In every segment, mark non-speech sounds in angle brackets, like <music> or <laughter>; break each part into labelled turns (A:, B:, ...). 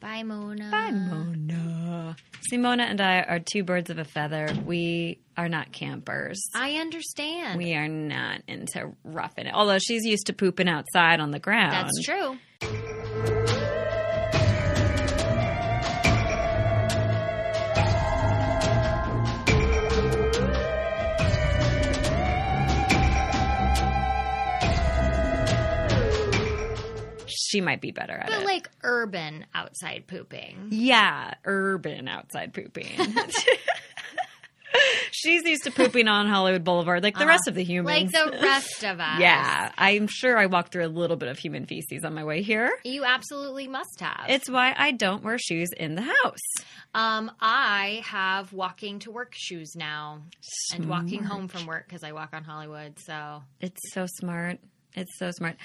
A: Bye, Mona.
B: Bye, Mona. Simona and I are two birds of a feather. We are not campers.
A: I understand.
B: We are not into roughing it. Although she's used to pooping outside on the ground.
A: That's true.
B: She might be better at
A: But
B: it.
A: like urban outside pooping.
B: yeah, urban outside pooping. <laughs> she's used to pooping on Hollywood Boulevard like the rest of the
A: Uh-huh. Like
B: humans. <laughs>
A: the rest of us.
B: yeah, I'm sure I walked through a little bit of human feces on my way here.
A: You absolutely must have.
B: It's why I don't wear shoes in the house.
A: um, I have walking to work shoes now and walking home from work because I walk on Hollywood. So
B: It's so smart. It's so smart.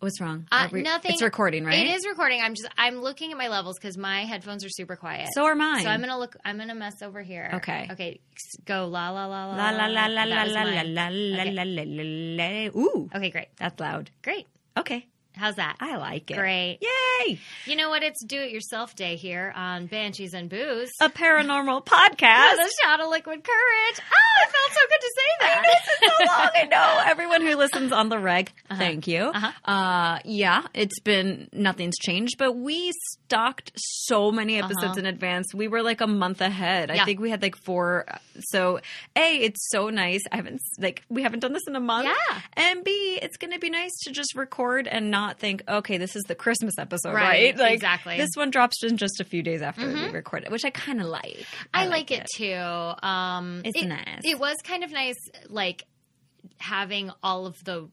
B: What's wrong?
A: Uh,
B: Are we-
A: nothing.
B: It's recording, right?
A: It is recording. I'm just I'm looking at my levels because my headphones are super quiet.
B: So are mine.
A: So I'm gonna look. I'm gonna mess over here.
B: Okay.
A: Okay. s- Go la la la la
B: La la la la la
A: That was
B: la la
A: mine.
B: la la la la la. la. Ooh,
A: Okay. Great.
B: that's loud.
A: Great.
B: Okay,
A: How's that?
B: I like it.
A: Great.
B: Yay!
A: You know what? It's do it yourself day here on Banshees and Booze. <laughs>
B: A paranormal
A: With
B: podcast.
A: a shot of liquid courage. Oh, it felt so good to say that. <laughs>
B: so long. I know everyone who listens on the reg.
A: Uh-huh.
B: Thank you. uh yeah, it's been nothing's changed, but we stocked so many episodes in advance. We were like a month ahead. I
A: Uh-huh. Yeah.
B: think we had like four. So a, it's so nice. I haven't like we haven't done this in a month.
A: Yeah.
B: And b, it's going to be nice to just record and not think, okay, this is the Christmas episode, right?
A: Right,
B: Like,
A: exactly. Mm-hmm.
B: This one drops in just a few days after we record it, which I kind of like.
A: I like it too. Um,
B: It's
A: it,
B: nice.
A: It was kind of nice, like having all of the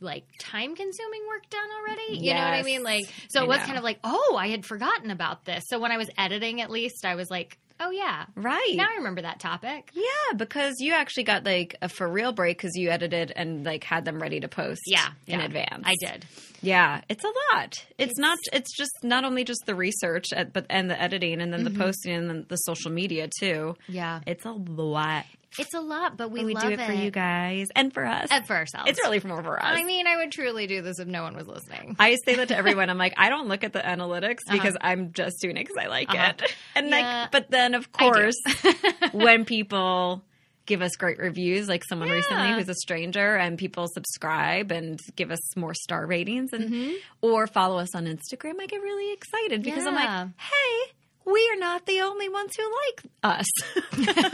A: like time consuming work done already. You know what I
B: Yes.
A: mean? Like, so
B: I
A: it was
B: know.
A: kind of like, oh, I had forgotten about this. So when I was editing, at least I was like, oh yeah,
B: Right.
A: now I remember that topic.
B: Yeah, because you actually got like a for real break because you edited and like had them ready to post.
A: Yeah,
B: in
A: yeah.
B: advance.
A: I did.
B: Yeah, it's a lot. It's, not. It's just not only just the research, at, but and the editing, and then
A: Mm-hmm.
B: the posting, and then the social media too.
A: Yeah,
B: It's a lot.
A: it's a lot, but we,
B: We
A: love
B: do it, for you guys and for us.
A: and for ourselves.
B: It's really more for us.
A: I mean, I would truly do this if no one was listening.
B: <laughs> I say that to everyone. I'm like, I don't look at the analytics because I'm just doing it because I like
A: Uh-huh.
B: it. <laughs> And
A: Yeah.
B: like, but then of
A: I do.
B: course,
A: <laughs>
B: when people give us great reviews, like someone recently
A: Yeah.
B: who's a stranger, and people subscribe and give us more star ratings, and
A: Mm-hmm.
B: or follow us on Instagram, I get really excited because I'm
A: Yeah.
B: like, hey. We are not the only ones who like
A: <laughs>
B: us. <laughs> That's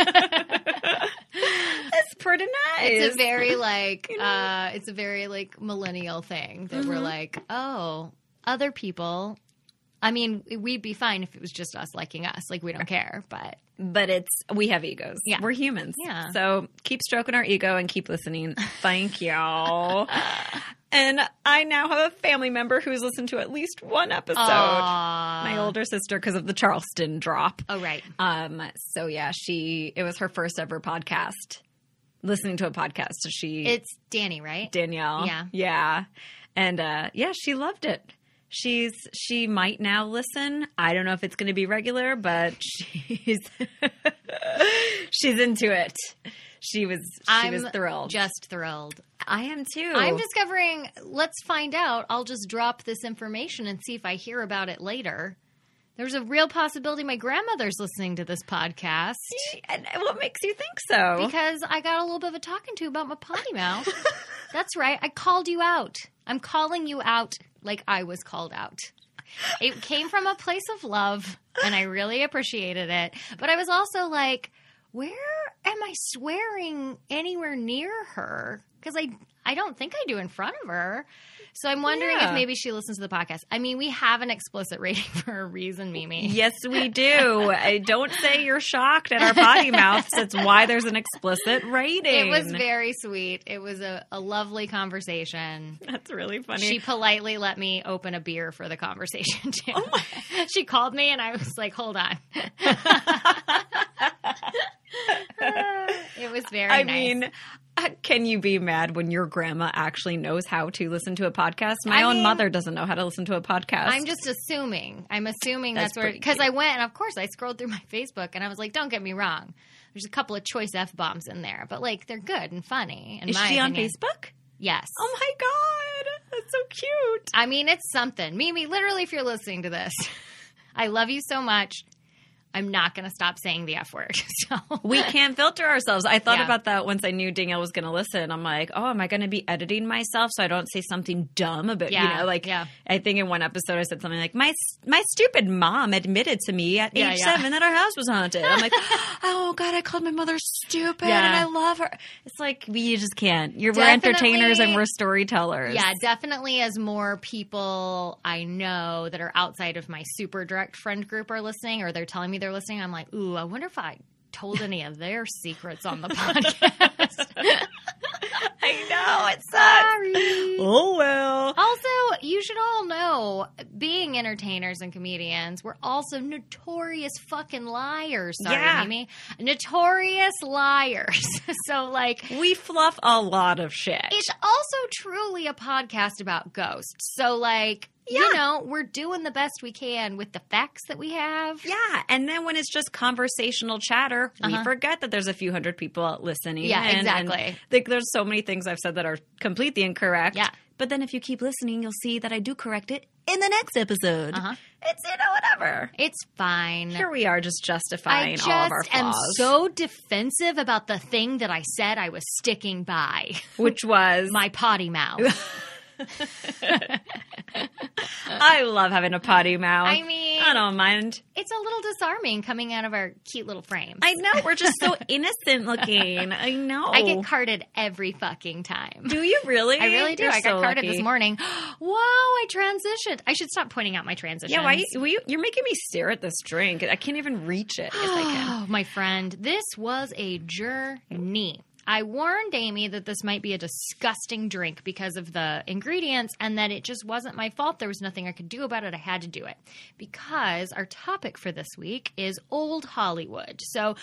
B: pretty nice.
A: it's a
B: <laughs>
A: very like uh it's a very like millennial thing that
B: Mm-hmm.
A: we're like oh other people i mean we'd be fine if it was just us liking us like we don't care but
B: but it's we have egos.
A: Yeah.
B: We're humans.
A: Yeah.
B: So keep stroking our ego and keep listening.
A: <laughs>
B: Thank y'all. and I now have a family member who's listened to at least one episode.
A: Aw.
B: My older sister because of the Charleston drop.
A: uh, oh right
B: Um so yeah, she it was her first ever podcast. Listening to a podcast. So she
A: it's danny right
B: Danielle.
A: Yeah.
B: Yeah. And uh yeah, she loved it. She's she might now listen. I don't know if it's going to be regular, but <laughs> she's she's into it. She was she
A: i'm
B: was thrilled. Oh.
A: just thrilled
B: I am too.
A: i'm discovering let's find out i'll just drop this information and see if i hear about it later there's a real possibility my grandmother's listening to this podcast
B: And what makes you think so?
A: because I got a little bit of a talking to about my potty mouth. That's right. I called you out. I'm calling you out like I was called out. It came from a place of love and I really appreciated it. But I was also like, where am I swearing anywhere near her? Cuz I I don't think I do in front of her. So I'm wondering
B: Yeah.
A: if maybe she listens to the podcast. I mean, we have an explicit rating <laughs> for a reason, Mimi.
B: Yes, we do. I don't say you're shocked at our potty mouths. That's why there's an explicit rating.
A: It was very sweet. It was a, a lovely conversation.
B: That's really funny.
A: She politely let me open a beer for the conversation <laughs> too.
B: Oh
A: she called me and I was like, "Hold on." <laughs> it was very
B: I
A: nice.
B: mean, uh, can you be mad when your grandma actually knows how to listen to a podcast? My
A: I
B: own
A: mean-
B: mother doesn't know how to listen to a podcast.
A: I'm just assuming. I'm assuming
B: That's
A: that's, where
B: pretty
A: because I went and of course I scrolled through my Facebook and I was like, "Don't get me wrong. There's a couple of choice f bombs in there, but like they're good and funny." In
B: Is
A: my
B: she on
A: opinion.
B: Facebook?
A: Yes.
B: Oh my god, that's so cute.
A: I mean, it's something. Mimi, literally, if you're listening to this, <laughs> I love you so much. I'm not going to stop saying the F word. <laughs> So
B: we can't filter ourselves. I thought
A: Yeah.
B: about that once I knew Danielle was going to listen. I'm like, oh, am I going to be editing myself so I don't say something dumb about you
A: Yeah,
B: know? Like,
A: yeah.
B: I think in one episode I said something like, my my stupid mom admitted to me at
A: Yeah,
B: age
A: yeah.
B: seven that our house was haunted.
A: <laughs>
B: I'm like, <gasps> oh god, I called my mother stupid and
A: Yeah.
B: I love her. It's like we just can't. You're
A: Definitely.
B: we're entertainers and we're storytellers.
A: yeah, definitely as more people I know that are outside of my super direct friend group are listening or they're telling me they're listening, I'm like, ooh, I wonder if I told any of their secrets on the podcast.
B: I know it sucks.
A: Sorry.
B: Oh well.
A: Also, you should all know, being entertainers and comedians, we're also notorious fucking liars. Sorry,
B: Yeah.
A: Mimi. Notorious liars. <laughs> so, like,
B: We fluff a lot of shit.
A: it's also truly a podcast about ghosts. So, like,
B: Yeah.
A: you know, we're doing the best we can with the facts that we have.
B: Yeah, and then when it's just conversational chatter, we
A: Uh-huh.
B: forget that there's a few hundred people listening.
A: Yeah,
B: and- and,
A: exactly.
B: like, there's so many things I've said that are completely incorrect.
A: Yeah.
B: But then if you keep listening, you'll see that I do correct it in the next episode.
A: Uh-huh.
B: It's you know whatever.
A: It's fine.
B: Here we are, just
A: I
B: justifying
A: just
B: all of our
A: am
B: flaws,
A: so defensive about the thing that I said I was sticking by <laughs>
B: which was
A: my potty mouth.
B: <laughs> I love having a potty mouth.
A: I mean-
B: I don't mind.
A: it's a little disarming coming out of our cute little frames.
B: I know we're just
A: <laughs>
B: so innocent looking. I know.
A: I get carded every fucking time.
B: do you really?
A: I really do.
B: You're
A: I got
B: so
A: carded
B: lucky.
A: this morning. <gasps> Whoa, I transitioned. I should stop pointing out my transitions.
B: Yeah, why? Will you, you're making me stare at this drink. I can't even reach it. If I can.
A: Oh, <gasps> my friend, this was a journey. I warned Amy that this might be a disgusting drink because of the ingredients and that it just wasn't my fault. There was nothing I could do about it. I had to do it because our topic for this week is old Hollywood. So,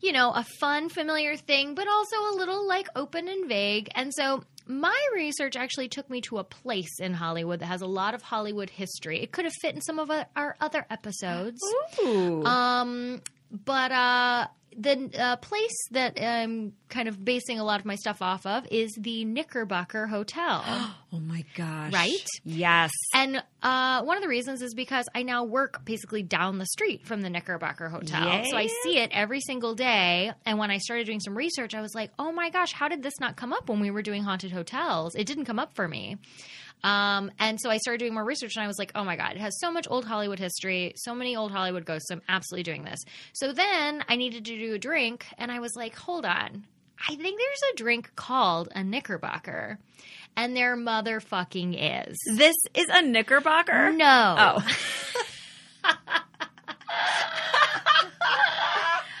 A: you know, a fun, familiar thing, but also a little like open and vague. And so, my research actually took me to a place in Hollywood that has a lot of Hollywood history. It could have fit in some of our- our other episodes.
B: <gasps> Ooh.
A: Um, but uh, the uh, place that I'm kind of basing a lot of my stuff off of is the Knickerbocker Hotel.
B: oh my gosh!
A: right?
B: Yes.
A: And uh, one of the reasons is because I now work basically down the street from the Knickerbocker Hotel. So I
B: Yeah.
A: see it every single day. And when I started doing some research, I was like, oh my gosh, how did this not come up when we were doing haunted hotels? It didn't come up for me. Um, and so I started doing more research and I was like, oh my God, it has so much old Hollywood history, so many old Hollywood ghosts. I'm absolutely doing this. So then I needed to do a drink and I was like, hold on. I think there's a drink called a Knickerbocker. And there motherfucking is.
B: This is a Knickerbocker.
A: No.
B: Oh,
A: <laughs>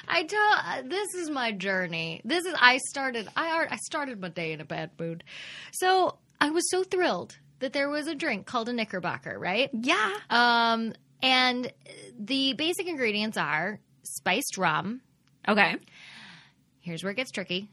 A: I tell this is my journey. This is I started I ar- I started my day in a bad mood. So, I was so thrilled that there was a drink called a Knickerbocker, right?
B: yeah.
A: Um and the basic ingredients are spiced rum,
B: Okay.
A: here's where it gets tricky,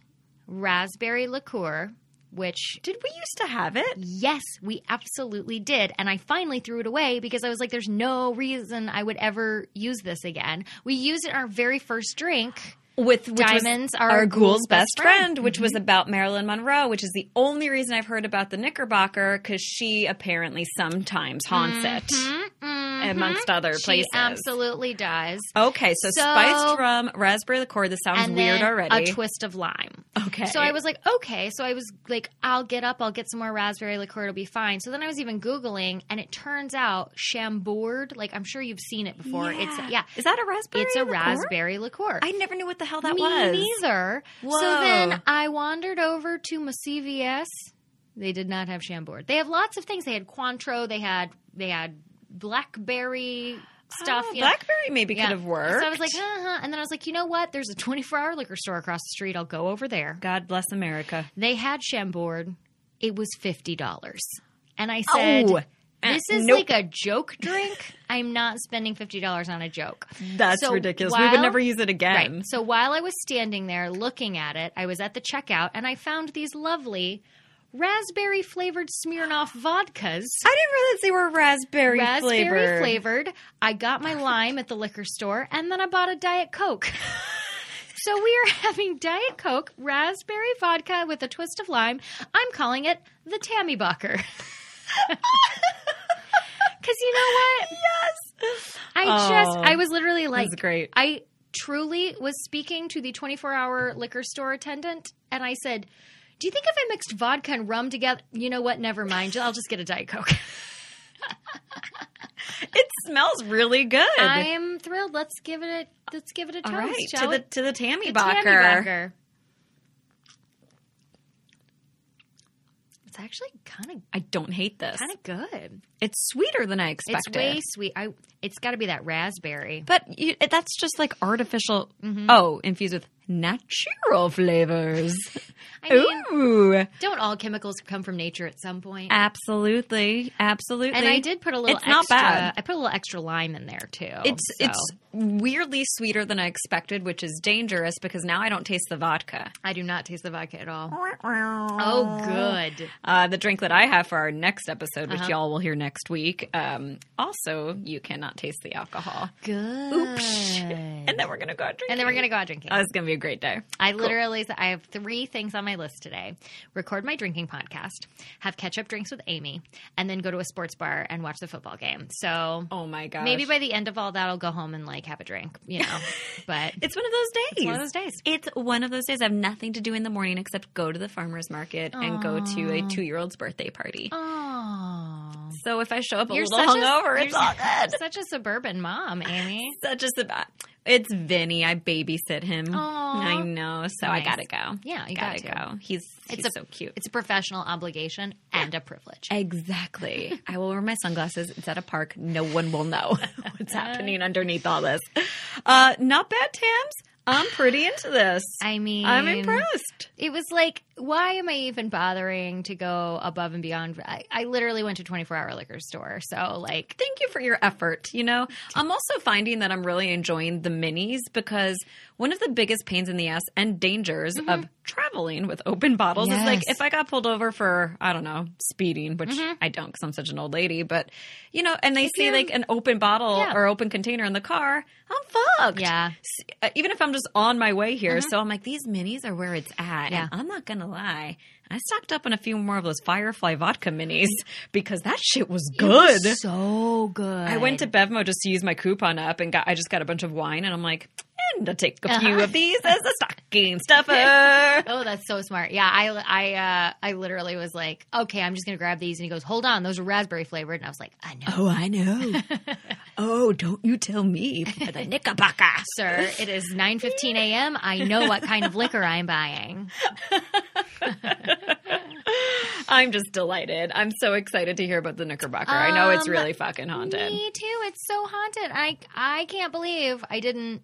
A: raspberry liqueur, which
B: Did we used to have it?
A: Yes, we absolutely did. And I finally threw it away because I was like, there's no reason I would ever use this again. We used it in our very first drink.
B: With which was
A: Diamonds
B: our,
A: are a
B: ghoul's best friend, Mm-hmm. which was about Marilyn Monroe, which is the only reason I've heard about the Knickerbocker because she apparently sometimes haunts it
A: Mm-mm.
B: amongst other places.
A: She absolutely does.
B: Okay, so,
A: So-
B: spiced rum, raspberry liqueur. This sounds
A: and
B: weird
A: then
B: already.
A: a twist of lime.
B: okay,
A: So I was like, okay. So I was like, I'll get up, I'll get some more raspberry liqueur, it'll be fine. So then I was even Googling, and it turns out Chambord, like I'm sure you've seen it before. It's, yeah,
B: Is that a raspberry?
A: it's a
B: liqueur?
A: raspberry liqueur.
B: I never knew what the hell that
A: Me
B: was.
A: neither.
B: Whoa.
A: So then I wandered over to my CVS. They did not have Chambord. They have lots of things. They had Cointreau. They had they had blackberry stuff.
B: Oh,
A: you know.
B: Blackberry maybe
A: Yeah.
B: could have worked.
A: So I was like, uh huh. And then I was like, you know what? There's a 24 hour liquor store across the street. I'll go over there.
B: God bless America.
A: They had Chambord. It was fifty dollars, and I said.
B: Oh. Uh,
A: This is
B: nope.
A: like a joke drink. I'm not spending $50 on a joke.
B: That's
A: So
B: ridiculous. we would
A: while-
B: never use it again.
A: Right. So while I was standing there looking at it, I was at the checkout and I found these lovely raspberry flavored Smirnoff vodkas.
B: I didn't realize they were raspberry,
A: Raspberry
B: flavored.
A: flavored. I got my lime at the liquor store and then I bought a Diet Coke. <laughs> so we are having Diet Coke, raspberry vodka with a twist of lime. I'm calling it the Tammy <laughs> Bucker. Because you know what?
B: <laughs> Yes.
A: I just,
B: Oh,
A: I was literally like,
B: That's
A: <laughs>
B: great.
A: I truly was speaking to the 24 hour liquor store attendant, and I said, Do you think if I mixed vodka and rum together, you know what? Never mind. I'll just get a Diet
B: <laughs>
A: Coke.
B: It smells really good.
A: I'm thrilled. Let's give it a let's give it a
B: All
A: toast,
B: right,
A: shall
B: to
A: we?
B: the to the Tammy
A: The
B: Bacher.
A: Tammy Bacher. It's actually kind of
B: I don't hate this.
A: kind of good.
B: It's sweeter than I
A: It's
B: expected.
A: way sweet. I it's got to be that raspberry.
B: But you, that's just like artificial.
A: Mm-hmm.
B: Oh, infused with natural flavors.
A: <laughs> I mean,
B: Ooh,
A: don't all chemicals come from nature at some point?
B: absolutely, absolutely.
A: And I did put a little
B: It's
A: extra.
B: not bad.
A: I put a little extra lime in there too.
B: It's
A: so.
B: it's weirdly sweeter than I expected, which is dangerous because now I don't taste the vodka.
A: I do not taste the vodka at all.
B: Oh,
A: Oh, good.
B: Uh, the drink that I have for our next episode, which
A: Uh-huh.
B: y'all will hear next week, um, also you cannot taste the alcohol.
A: Good. Uh,
B: Oops.
A: And
B: And then we're gonna go out drinking.
A: then we're gonna go out drinking.
B: Oh, it's gonna be a great day.
A: I literally I have three things on my list today: record my drinking podcast, have catch up drinks with Amy, and then go to a sports bar and watch the football game. So
B: Oh my gosh.
A: maybe by the end of all that, I'll go home and like have a drink, you <laughs> know. but
B: it's one of those days.
A: it's one of those days.
B: It's one of those days. I have nothing to do in the morning except go to the farmer's market and go to a two year old's birthday party.
A: Oh,
B: So if I show up a little hungover, it's all good.
A: Such a suburban mom, Amy.
B: Such a bad. It's Vinny. I babysit him.
A: Aw.
B: I know. So I
A: Nice.
B: gotta go.
A: Yeah, you
B: gotta
A: got to.
B: go. He's,
A: It's
B: he's
A: a-
B: so cute.
A: It's a professional obligation and a privilege.
B: <laughs> Exactly. I will wear my sunglasses. It's at a park. No one will know <laughs> what's happening underneath all this. Uh, not bad, Tams. I'm pretty into this.
A: I mean,
B: I'm impressed.
A: It was like, why am I even bothering to go above and beyond? I, I literally went to 24 hour liquor store. So, like,
B: Thank you for your effort. You know, I'm also finding that I'm really enjoying the minis because one of the biggest pains in the ass and dangers of traveling with open bottles is like
A: Mm-hmm. Yes. Mm-hmm.
B: if I got pulled over for, I don't know, speeding, which I don't because I'm such an old lady, but you know, and they see
A: you're-
B: like an open bottle
A: Yeah.
B: or open container in the car, I'm fucked.
A: yeah. Mm-hmm.
B: uh, even if I'm just on my way here. So I'm like, these minis are where it's at.
A: Yeah.
B: And I'm not going to lie. I stocked up on a few more of those Firefly vodka minis because that shit was good.
A: So good.
B: I went to Bevmo just to use my coupon up and got I just got a bunch of wine and I'm like, and I'll take a few
A: Uh-huh.
B: of these as a stocking stuffer.
A: Oh, that's so smart. Yeah, I, I, uh, I literally was like, okay, I'm just gonna grab these, and he goes, "Hold on, those are raspberry flavored," and I was like, I know,
B: <laughs> oh, I know. oh, don't you tell me for the Knickerbocker.
A: sir, it is 9:15 a.m. I know what kind of liquor I'm buying.
B: I'm just delighted. I'm so excited to hear about the Knickerbocker. I know it's
A: Um,
B: really fucking haunted.
A: Me too. It's so haunted. I I can't believe I didn't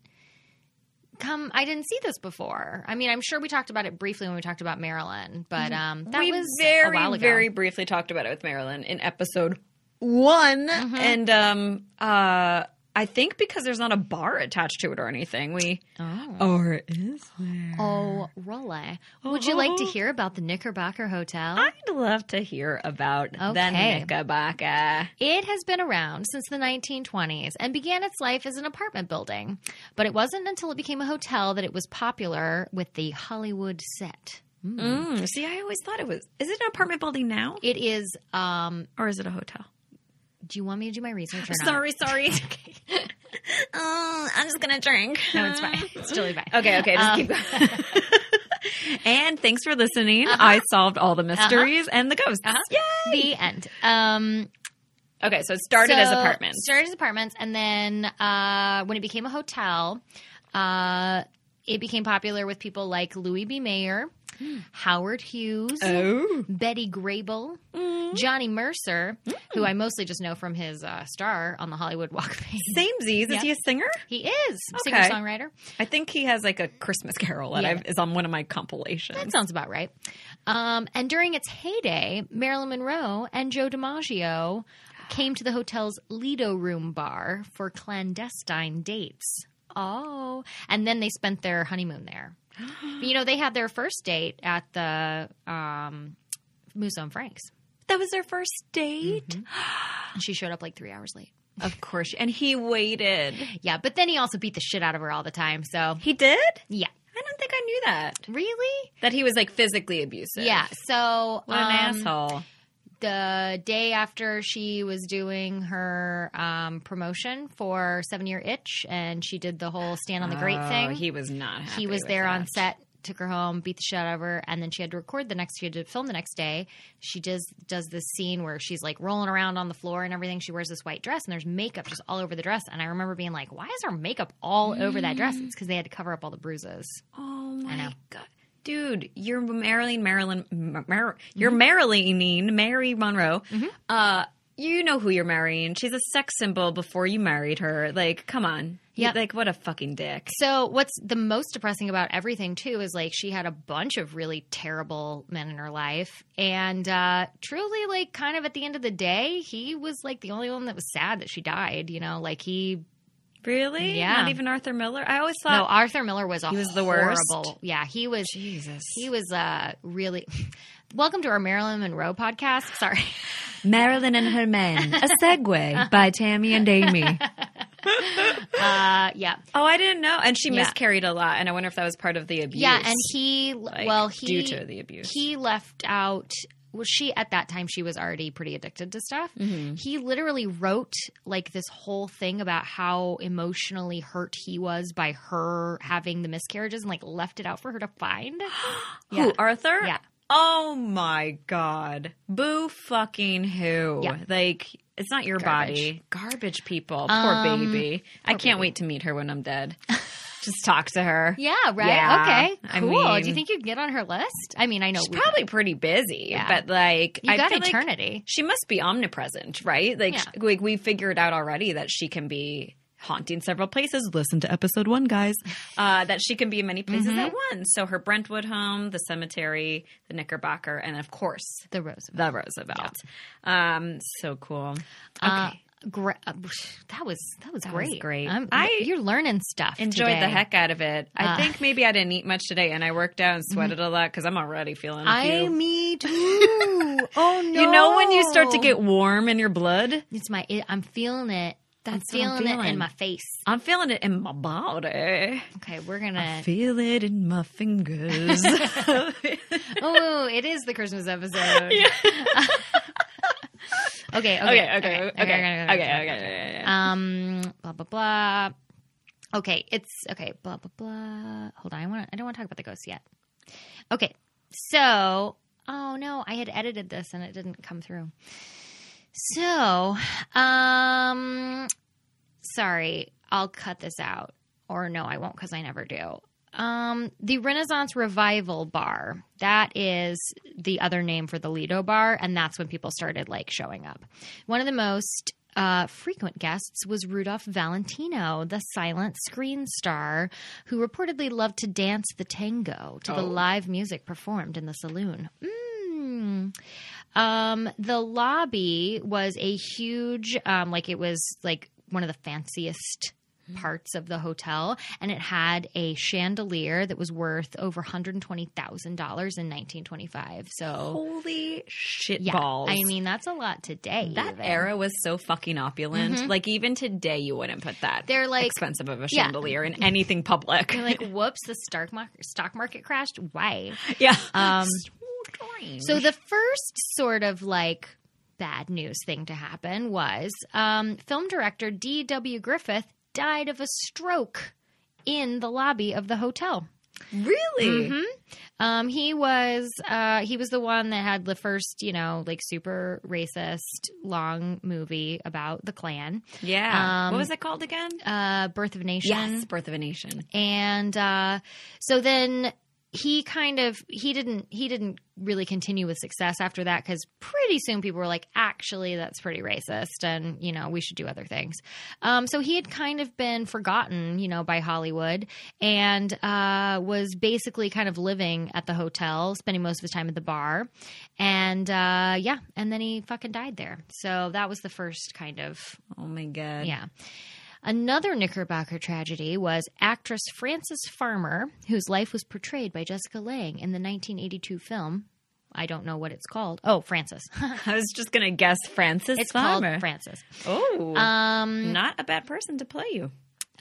A: come. I didn't see this before. I mean, I'm sure we talked about it briefly when we talked about Marilyn, but um, that
B: we
A: was
B: very
A: a while ago.
B: very briefly talked about it with Marilyn in episode one, and um, uh, I think because there's not a bar attached to it or anything, we
A: oh.
B: or is there?
A: Oh, Raleigh. Would you like to hear about the Knickerbocker Hotel?
B: I'd love to hear about the
A: Okay.
B: Knickerbocker.
A: It has been around since the 1920s and began its life as an apartment building. But it wasn't until it became a hotel that it was popular with the Hollywood set.
B: Mm, see, I always thought it was. Is it an apartment building now,
A: It is. Um,
B: or is it a hotel?
A: do you want me to do my research or not?
B: Sorry, <laughs> sorry. Oh, I'm just gonna drink.
A: No, it's fine. It's totally <laughs> fine.
B: Okay, okay, just
A: Um,
B: <laughs> keep going. <laughs> and thanks for listening. I solved all the mysteries and the ghosts. Yay!
A: The end. Um,
B: Okay, so it started as
A: so-
B: apartments.
A: Started as apartments, and then uh, when it became a hotel, uh, it became popular with people like Louis B. Mayer, Howard Hughes,
B: Oh, Mm-hmm.
A: Betty Grable, Johnny Mercer, who
B: Mm.
A: I mostly just know from his uh, star on the Hollywood <laughs> Walk of Fame.
B: samesies. Is
A: Yeah.
B: he a singer?
A: He is
B: Okay.
A: singer songwriter.
B: I think he has like a Christmas Carol that
A: Yeah.
B: I've, is on one of my
A: That
B: compilations.
A: sounds about right. Um, and during its heyday, Marilyn Monroe and Joe DiMaggio came to the hotel's Lido Room bar for clandestine dates. Oh, and then they spent their honeymoon
B: <gasps>
A: there. you know, they had their first date at the um, Musso and Frank's,
B: That was their first date.
A: and she showed up like three hours late.
B: Of course, and he waited.
A: Yeah, but then he also beat the shit out of her all the time. So
B: He did. I
A: yeah,
B: don't think I knew that.
A: really,
B: That he was like physically abusive.
A: yeah. So
B: What an
A: um,
B: asshole.
A: the day after she was doing her um, promotion for Seven Year Itch, and she did the whole stand on the great
B: Oh,
A: thing.
B: He was not.
A: he
B: happy
A: was
B: with
A: there on
B: that.
A: set took her home beat the shit out of her and then she had to record the next she had to film the next day she does does this scene where she's like rolling around on the floor and everything she wears this white dress and there's makeup just all over the dress and i remember being like why is there makeup all over that
B: Mm.
A: dress it's because they had to cover up all the bruises
B: Oh my
A: know.
B: god, dude, you're Marilyn, Marilyn, Mar- Mar-
A: Mm-hmm.
B: you're Marilyning Mary Monroe. Uh, you know who you're marrying. She's a sex symbol before you married her. Like, come on.
A: Yep.
B: Like, what a fucking dick.
A: So what's the most depressing about everything too is like she had a bunch of really terrible men in her life, and uh, truly, like kind of at the end of the day, he was like the only one that was sad that she died. You know, like he.
B: Really?
A: Yeah.
B: Not even Arthur Miller. I always
A: No,
B: thought
A: Arthur Miller was a
B: He was the worst.
A: horrible. Yeah, he was.
B: Jesus.
A: He was uh, really. <laughs> Welcome to our Marilyn Monroe podcast. Sorry. <laughs>
B: Marilyn and her men. A segue by Tammy and Amy.
A: Uh, yeah,
B: Oh, I didn't know. And she
A: Yeah.
B: miscarried a lot, and I wonder if that was part of the abuse.
A: yeah, and he.
B: like,
A: well, he
B: due to the abuse.
A: he left out well she at that time she was already pretty addicted to stuff
B: Mm-hmm.
A: he literally wrote like this whole thing about how emotionally hurt he was by her having the miscarriages and like left it out for her to
B: <gasps>
A: find
B: Who, Arthur?
A: Yeah.
B: Oh my God. Boo fucking who.
A: Yeah.
B: Like, it's not your
A: Garbage.
B: body. Garbage people. poor
A: Um,
B: baby. I can't wait to meet her when
A: <laughs>
B: I'm dead. Just talk to her.
A: yeah right
B: Yeah. I
A: okay cool
B: mean-
A: do you think you'd get on her list i mean i know
B: She's
A: we-
B: probably pretty busy,
A: Yeah.
B: but like,
A: you
B: I
A: got
B: feel like
A: eternity
B: she must be omnipresent, right? Like,
A: Yeah.
B: sh- like we figured out already that she can be haunting several places. Listen to episode one, <laughs> guys. Uh, that she can be in many places at once. So her Brentwood home, the cemetery, the Knickerbocker, and of course
A: the rose
B: the Roosevelt. Um, so cool. Okay.
A: Uh, gra- uh, that was that was
B: was
A: great
B: great.
A: I'm,
B: I
A: you're learning stuff
B: Enjoyed
A: today.
B: the heck out of it. I
A: Uh.
B: think maybe I didn't eat much today, and I worked out and sweated a lot because I'm already feeling. a
A: i
B: few-
A: me <laughs> too oh no
B: You know when you start to get warm in your blood.
A: It's my. It, I'm feeling it.
B: That's
A: I'm
B: what
A: feeling,
B: I'm
A: it
B: feeling.
A: in my face.
B: I'm feeling it in my body.
A: Okay, we're
B: I
A: gonna.
B: feel it in my fingers.
A: <laughs>
B: <laughs>
A: oh, it is the Christmas <laughs> episode. okay, okay,
B: okay, okay, okay, okay, okay.
A: Um, blah blah blah. Okay, it's okay. Blah blah blah. Hold on, I want. I don't want to talk about the ghosts yet. Okay, so oh no, I had edited this and it didn't come through. So, um, sorry, I'll cut this out, or no, I won't because I never do. Um, the Renaissance Revival Bar. That is the other name for the Lido Bar, and that's when people started like showing up. One of the most uh, frequent guests was Rudolph Valentino, the silent screen star who reportedly loved to dance the tango to the
B: Oh.
A: live music performed in the saloon. Mm. Um, the lobby was a huge, um, like it was like one of the fanciest
B: Hmm.
A: parts of the hotel, and it had a chandelier that was worth over one hundred twenty thousand dollars in nineteen twenty five. So,
B: Holy shit
A: yeah,
B: balls!
A: I mean that's a lot today.
B: that
A: even. Mm-hmm.
B: era was so fucking opulent. Like even today, you wouldn't put that.
A: They're like-
B: expensive of a
A: Yeah.
B: chandelier in anything public.
A: You're like, whoops, the stock market stock market crashed. Why?
B: <laughs> yeah.
A: Um,
B: so
A: So the first sort of like bad news thing to happen was um, film director D.W. Griffith died of a stroke in the lobby of the hotel.
B: really,
A: Um, he was uh, he was the one that had the first, you know, like super racist long movie about the Klan,
B: yeah. what
A: Um,
B: was it called again?
A: uh, Birth of a Nation.
B: Birth of a Nation.
A: and uh, so then he kind of he didn't he didn't really continue with success after that because pretty soon people were like actually that's pretty racist and you know we should do other things um, so he had kind of been forgotten you know by hollywood and uh, was basically kind of living at the hotel spending most of his time at the bar and uh, yeah and then he fucking died there so that was the first kind of
B: Oh my god.
A: yeah. Another Knickerbocker tragedy was actress Frances Farmer, whose life was portrayed by Jessica Lange in the 1982 film. I don't know what it's called. Oh, Frances.
B: I was just gonna guess Francis
A: it's
B: Farmer.
A: called Frances.
B: oh,
A: Um,
B: not a bad person to play you.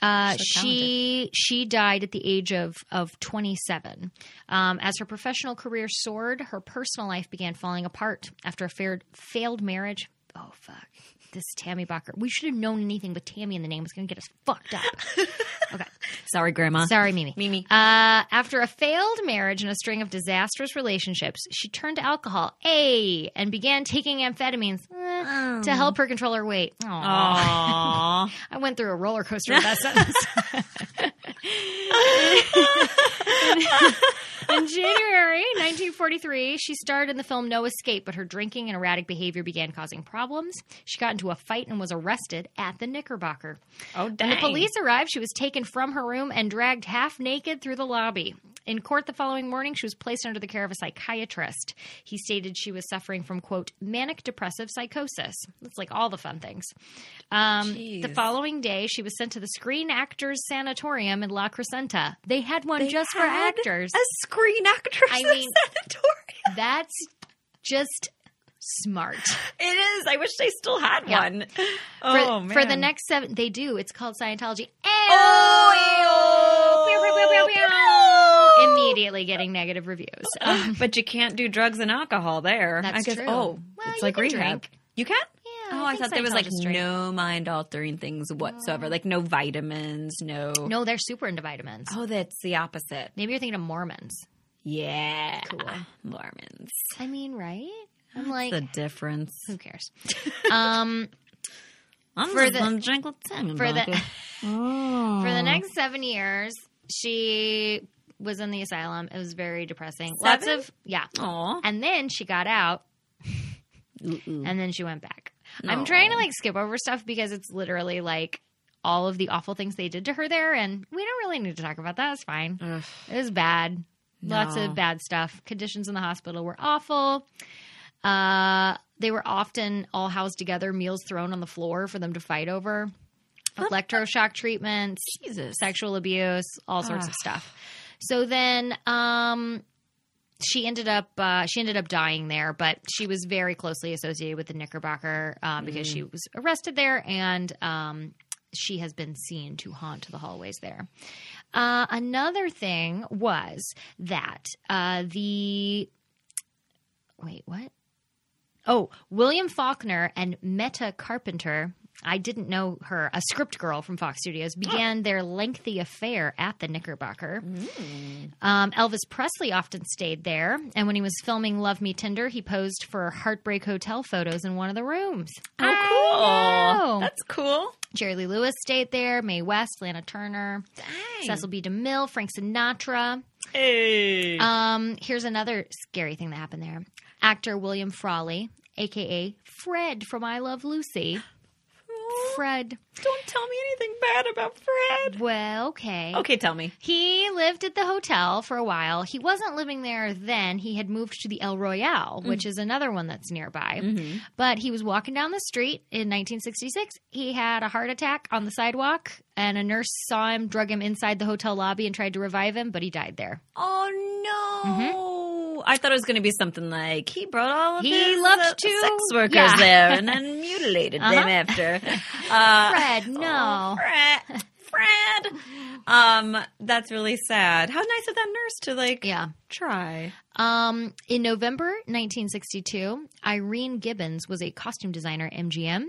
A: Uh,
B: So
A: she she died at the age of of 27. Um, as her professional career soared, her personal life began falling apart after a failed failed marriage. Oh fuck! This Tammy Bacher. We should have known anything with Tammy in the name was going to get us fucked up. Okay.
B: Sorry, Grandma.
A: Sorry, Mimi.
B: Mimi.
A: Uh, after a failed marriage and a string of disastrous relationships, she turned to alcohol, a, and began taking amphetamines eh, to help her control her weight. Aw.
B: Aww.
A: I went through a roller coaster with that sentence. in January 1943, she starred in the film No Escape, but her drinking and erratic behavior began causing problems. She got into a fight and was arrested at the Knickerbocker.
B: oh,
A: When
B: dang.
A: the police arrived, she was taken from her room and dragged half naked through the lobby. In court the following morning, she was placed under the care of a psychiatrist. He stated she was suffering from, quote, manic depressive psychosis. That's like all the fun things. Um, the
B: Jeez.
A: following day, she was sent to the Screen Actors Sanatorium in La Crescenta. They had one
B: They
A: just for
B: had
A: actors.
B: A screen actress
A: I
B: I
A: mean-
B: sanatorium.
A: That's just smart.
B: <laughs> It is. I wish they still had
A: Yeah.
B: one.
A: For,
B: Oh, man.
A: for the next seven, they do. It's called Scientology.
B: Oh,
A: Pew, pew, pew, pew, pew.
B: pew, pew.
A: immediately getting negative reviews.
B: Oh, <laughs>
A: Um,
B: But you can't do drugs and alcohol there.
A: That's
B: I guess,
A: true.
B: Oh,
A: Well,
B: it's
A: you
B: like
A: can
B: rehab.
A: drink.
B: You can?
A: Yeah,
B: Oh, I,
A: think
B: thought there was like
A: Scientologists drink.
B: no mind altering things whatsoever, like no vitamins, no.
A: No, they're super into vitamins.
B: Oh, that's the opposite.
A: Maybe you're thinking of Mormons.
B: Yeah,
A: Cool.
B: Mormons.
A: I mean, right? I'm like,
B: the difference.
A: who <laughs> cares? Um,
B: I'm
A: For
B: for
A: the-
B: the I'm drinking salmon
A: for the-
B: vodka. Oh.
A: <laughs> for the next seven years, she was in the asylum. It was very depressing. Lots
B: Seven?
A: of yeah,
B: Aw.
A: and then she got out,
B: Mm-mm.
A: and then she went back.
B: No.
A: I'm trying to like skip over stuff because it's literally like all of the awful things they did to her there, and we don't really need to talk about that. It's fine.
B: Ugh.
A: It was bad. Lots
B: No.
A: of bad stuff. Conditions in the hospital were awful. Uh, they were often all housed together, meals thrown on the floor for them to fight over, electroshock treatments,
B: Jesus.
A: sexual abuse, all sorts
B: Ugh.
A: of stuff. So then um, she ended up uh, she ended up dying there, but she was very closely associated with the Knickerbocker um, because she was arrested there and um, she has been seen to haunt the hallways there. Uh, another thing was that uh, the wait what Oh, William Faulkner and Meta Carpenter. I didn't know her, a script girl from Fox Studios, began their lengthy affair at the Knickerbocker.
B: Oh,
A: Um, Elvis Presley often stayed there, and when he was filming Love Me Tender, he posed for Heartbreak Hotel photos in one of the rooms. I
B: Oh,
A: know.
B: cool. That's cool.
A: Jerry Lee Lewis stayed there, Mae West, Lana Turner, Cecil B. DeMille, Frank Sinatra.
B: Hey.
A: Um, here's another scary thing that happened there. Actor William Frawley, aka Fred from I Love
B: <gasps>
A: Lucy.
B: Oh,
A: Fred.
B: don't tell me anything bad about Fred.
A: Well, okay.
B: Okay, tell me.
A: He lived at the hotel for a while. He wasn't living there then. He had moved to the El Royale, which is another one that's nearby. But he was walking down the street in 1966. He had a heart attack on the sidewalk, and a nurse saw him, drug him inside the hotel lobby, and tried to revive him, but he died there.
B: Oh no. I thought it was going to be something like he brought all of
A: He
B: his
A: loved
B: uh,
A: to-
B: sex workers
A: yeah.
B: there
A: <laughs>
B: and then mutilated them
A: Uh-huh. <laughs>
B: after. Uh,
A: Fred,
B: Oh,
A: no.
B: Fred. Fred. Um, that's really sad. How nice of that nurse to like
A: Yeah.
B: try.
A: Um, in November 1962, Irene Gibbons was a costume designer at MGM.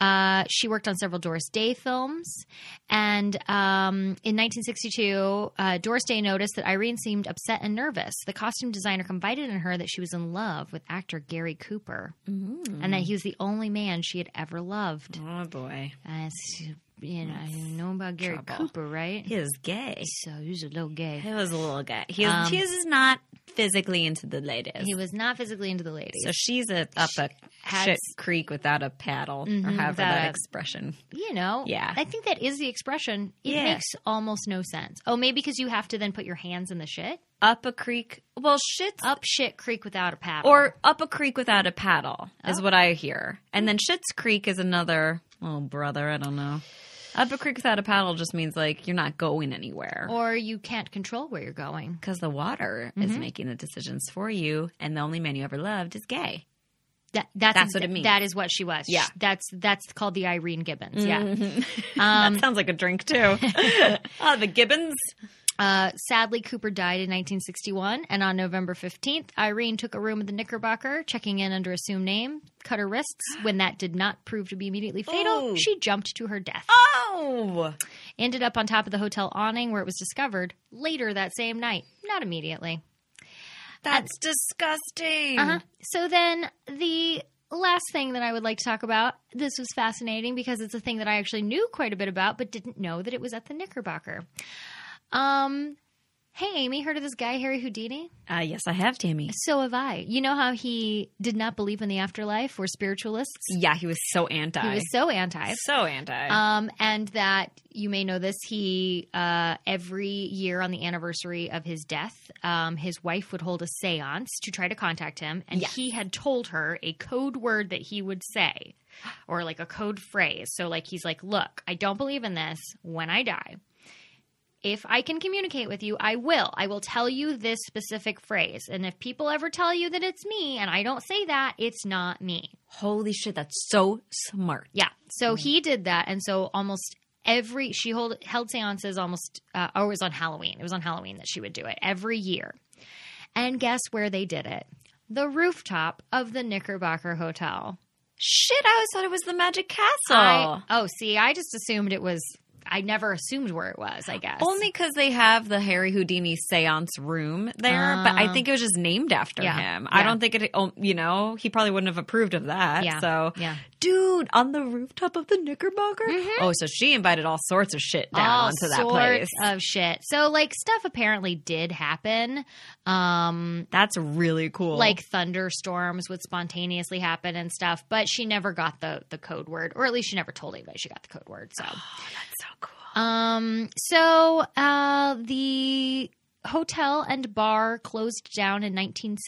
A: Uh, she worked on several Doris Day films. And um, in 1962, uh, Doris Day noticed that Irene seemed upset and nervous. The costume designer confided in her that she was in love with actor Gary Cooper
B: Mm-hmm.
A: and that he was the only man she had ever loved.
B: Oh boy,
A: Uh, s- you know, I didn't know about Gary
B: Trouble.
A: Cooper, right?
B: he was gay.
A: So he was a little gay.
B: He was a little gay. He was,
A: Um,
B: he was just not physically into the ladies.
A: He was not physically into the ladies.
B: so she's a, up a
A: Has-
B: shit creek without a paddle, or
A: Mhm,
B: however
A: without
B: that
A: a-
B: expression.
A: you know
B: Yeah.
A: i think that is the expression it
B: Yeah.
A: makes almost no sense oh maybe because you have to then put your hands in the shit
B: Up a creek. Well, shit's
A: up shit creek without a paddle
B: or up a creek without a paddle is what I hear. And then Shit's Creek is another. Oh, brother, I don't know. Up a creek without a paddle just means like you're not going anywhere
A: or you can't control where you're going
B: because the water is making the decisions for you, and the only man you ever loved is gay.
A: That, that's,
B: That's what it means.
A: That is what she was.
B: Yeah. Mm-hmm.
A: That's that's called the Irene Gibbons. Yeah.
B: <laughs>
A: Um,
B: Yeah. that sounds like a drink too. oh, the Gibbons.
A: <laughs> Uh, sadly, Cooper died in 1961, and on November 15th, Irene took a room at the Knickerbocker, checking in under assumed name, cut her wrists. When that did not prove to be immediately fatal,
B: Ooh.
A: she jumped to her death.
B: Oh,
A: Ended up on top of the hotel awning where it was discovered later that same night, not immediately.
B: that's disgusting.
A: Uh-huh. So then the last thing that I would like to talk about, this was fascinating because it's a thing that I actually knew quite a bit about but didn't know that it was at the Knickerbocker. Um hey Amy, heard of this guy Harry Houdini?
B: Uh, yes, I have, Tammy.
A: So have I. You know how he did not believe in the afterlife or spiritualists?
B: Yeah, he was so anti. Uh,
A: He was so anti.
B: so anti.
A: Um, and that you may know this, he uh, every year on the anniversary of his death, um, his wife would hold a séance to try to contact him, and
B: Yes.
A: he had told her a code word that he would say, or like a code phrase. So like he's like, "Look, I don't believe in this. When I die." If I can communicate with you, I will. I will tell you this specific phrase. And if people ever tell you that it's me and I don't say that, it's not me.
B: Holy shit, that's so smart.
A: Yeah. So he did that, and so almost every she hold, held seances almost uh, or it was on Halloween. It was on Halloween that she would do it every year. And guess where they did it? The rooftop of the Knickerbocker Hotel.
B: Shit, I always thought it was the Magic Castle.
A: I, oh, see, I just assumed it was. I never assumed where it was. I guess
B: Only because they have the Harry Houdini seance room there, but I
A: Oh.
B: think it was just named after
A: Yeah.
B: him. I
A: Yeah.
B: don't think it, oh, you know, he probably wouldn't have approved of that.
A: Yeah.
B: So,
A: Yeah. Mm-hmm.
B: dude, on the rooftop of the Knickerbocker. Oh, so she invited all sorts of shit down
A: all
B: onto that
A: sorts
B: place.
A: of shit. So like stuff apparently did happen. Um,
B: That's really cool.
A: like thunderstorms would spontaneously happen and stuff but she never got the the code word or at least she never told anybody she got the code word so
B: that's so cool.
A: um so uh the hotel and bar closed down in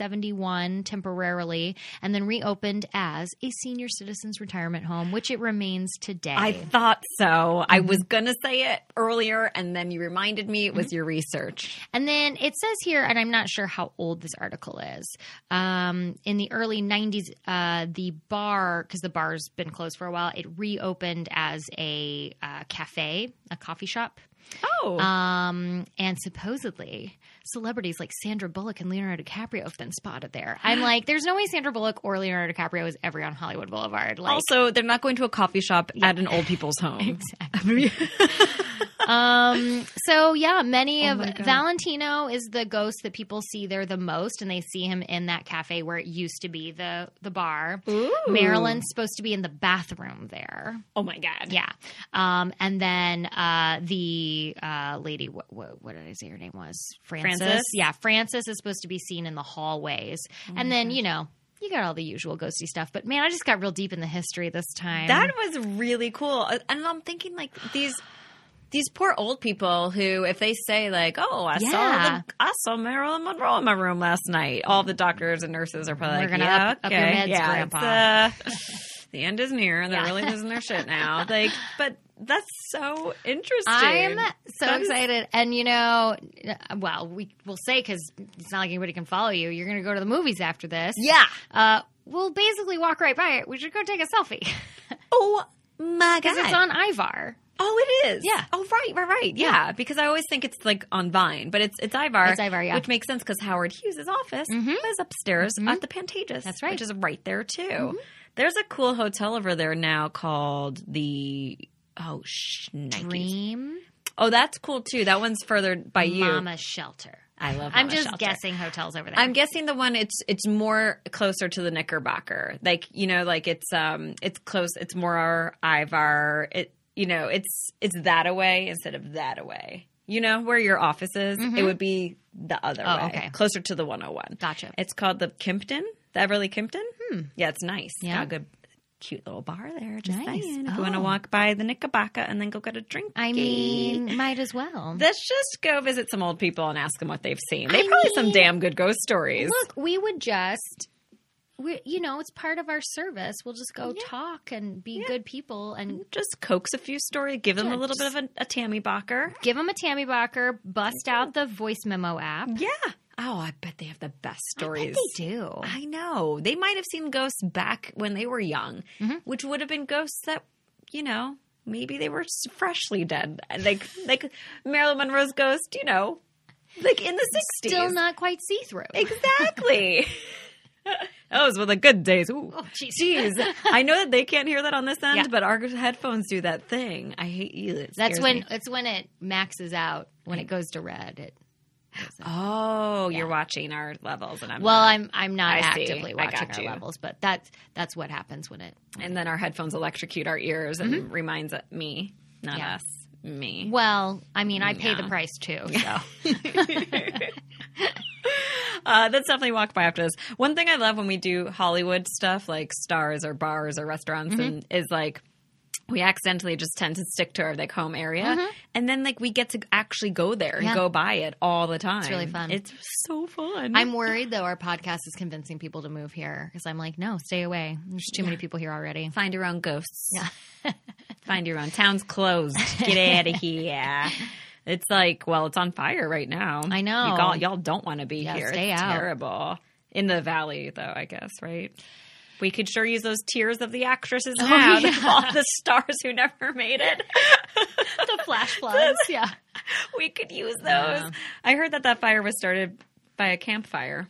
A: 1971 temporarily and then reopened as a senior citizens retirement home which it remains today
B: I thought so. I
A: Mm-hmm.
B: was gonna say it earlier, and then you reminded me it was
A: Mm-hmm.
B: your research.
A: And then it says here, and I'm not sure how old this article is. Um, in the early 90s, uh, the bar, because the bar's been closed for a while, it reopened as a uh, cafe, a coffee shop.
B: Oh,
A: Um, and supposedly, celebrities like Sandra Bullock and Leonardo DiCaprio have been spotted there. I'm like, there's no way Sandra Bullock or Leonardo DiCaprio is ever on Hollywood Boulevard. Like,
B: also they're not going to a coffee shop at an
A: <laughs>
B: old people's home. Exactly.
A: um so yeah many
B: Oh
A: of
B: my God.
A: valentino is the ghost that people see there the most and they see him in that cafe where it used to be the the bar marilyn's supposed to be in the bathroom there
B: Oh my god.
A: yeah um and then uh the uh lady what what, what did i say her name was frances.
B: Frances? Oh
A: yeah frances is supposed to be seen in the hallways and then you know you got all the usual ghosty stuff but man i just got real deep in the history this time
B: That was really cool. Uh, And I'm thinking like these these poor old people who if they say like, "Oh, I saw
A: Yeah.
B: the, I saw Marilyn Monroe in my room last night." All the doctors and nurses are probably
A: We're
B: like,
A: gonna
B: "Yeah,
A: up- up
B: okay.
A: your meds,
B: yeah, it's, uh, <laughs> the end is near and they're
A: Yeah.
B: really losing their shit now.
A: <laughs>
B: Like, but that's so interesting.
A: I'm so
B: That is-
A: excited, and you know, well, we will say because it's not like anybody can follow you. You're going to go to the movies after this.
B: Yeah.
A: uh, we'll basically walk right by it. We should go take a selfie <laughs>
B: Oh my god.
A: because it's on Ivar.
B: Oh, it is.
A: Yeah.
B: Oh, right, right, right. Yeah. Because I always think it's like on Vine, but it's it's Ivar.
A: It's Ivar, yeah. Mm-hmm.
B: Which makes sense because Howard Hughes' office was upstairs at the Pantages.
A: That's right. Mm-hmm.
B: Which is right there too. There's a cool hotel over there now called the oh sh Nikes.
A: Dream
B: Oh, that's cool too. That one's further by you.
A: Mama Shelter.
B: I love.
A: I'm
B: Mama
A: just
B: Shelter.
A: guessing hotels over there.
B: I'm guessing the one it's it's more closer to the Knickerbocker. Like you know, like it's um it's close. It's more our Ivar. It you know it's it's that away instead of that away. You know where your office is. It would be the other
A: Mm-hmm. Oh,
B: way,
A: okay.
B: closer to the 101.
A: Gotcha. Hmm.
B: It's called the Kimpton, the Everly Kimpton. Yeah, it's nice.
A: Yeah.
B: Got a good, cute little bar there. Just
A: Nice.
B: saying. If you want to
A: Oh.
B: walk by the Knickerbocker and then go get a drink.
A: I mean, might as well.
B: Let's just go visit some old people and ask them what they've seen. They
A: I
B: probably have some
A: mean,
B: damn good ghost stories.
A: Look, we would just. We, you know, it's part of our service. We'll just go talk and be good people and
B: just coax a few stories, give them
A: Yeah,
B: a little bit of a, a Tammy Bocker.
A: give them a Tammy Bocker, bust out the voice memo app.
B: Yeah. Oh, I bet they have the best
A: I bet
B: stories.
A: they do.
B: I know. They might have seen ghosts back when they were young, which would have been ghosts that, you know, maybe they were s- freshly dead. Like like Marilyn Monroe's ghost, you know, like in the 60s.
A: Still not quite see through. <laughs>
B: <laughs> Exactly. Those were the good days. Ooh.
A: Oh, jeez.
B: Jeez. I know that they can't hear that on this <laughs> end,
A: Yeah.
B: but our headphones do that thing. I hate you. It
A: That's
B: scares
A: when
B: me.
A: that's when it maxes out. When it goes to red, it
B: Oh, you're watching our levels and I'm
A: Well,
B: not.
A: I'm I'm not
B: I see.
A: actively
B: I
A: watching
B: got
A: our
B: you.
A: levels, but that's that's what happens when it.
B: and then our headphones electrocute our ears and reminds it- me, not
A: Mm-hmm. Yeah.
B: us, me.
A: Well, I mean, I pay the
B: Yeah.
A: price too. So
B: <laughs> Uh, that's definitely walk by after this. One thing I love when we do Hollywood stuff like stars or bars or restaurants
A: Mm-hmm.
B: and is like we accidentally just tend to stick to our like home area and then like we get to actually go there and
A: Mm-hmm. Yeah.
B: go by it all the time. It's
A: really fun.
B: It's so fun.
A: I'm worried though. Our podcast is convincing people to move here because I'm like, no, stay away. There's too many people here
B: <laughs>
A: already.
B: find your own ghosts. Yeah. <laughs> find your own town's closed.
A: <laughs>
B: Get out of here. It's like, well, it's on fire right now.
A: I know.
B: You all, y'all don't want to be
A: Yeah,
B: here.
A: stay
B: it's
A: out.
B: terrible. In the valley, though, I guess, right? We could sure use those tears of the actresses
A: Oh,
B: now, <laughs>
A: yeah.
B: all the stars who never made it.
A: the <laughs> flash floods. Yeah.
B: we could use those.
A: Yeah.
B: I heard that that fire was started by a campfire.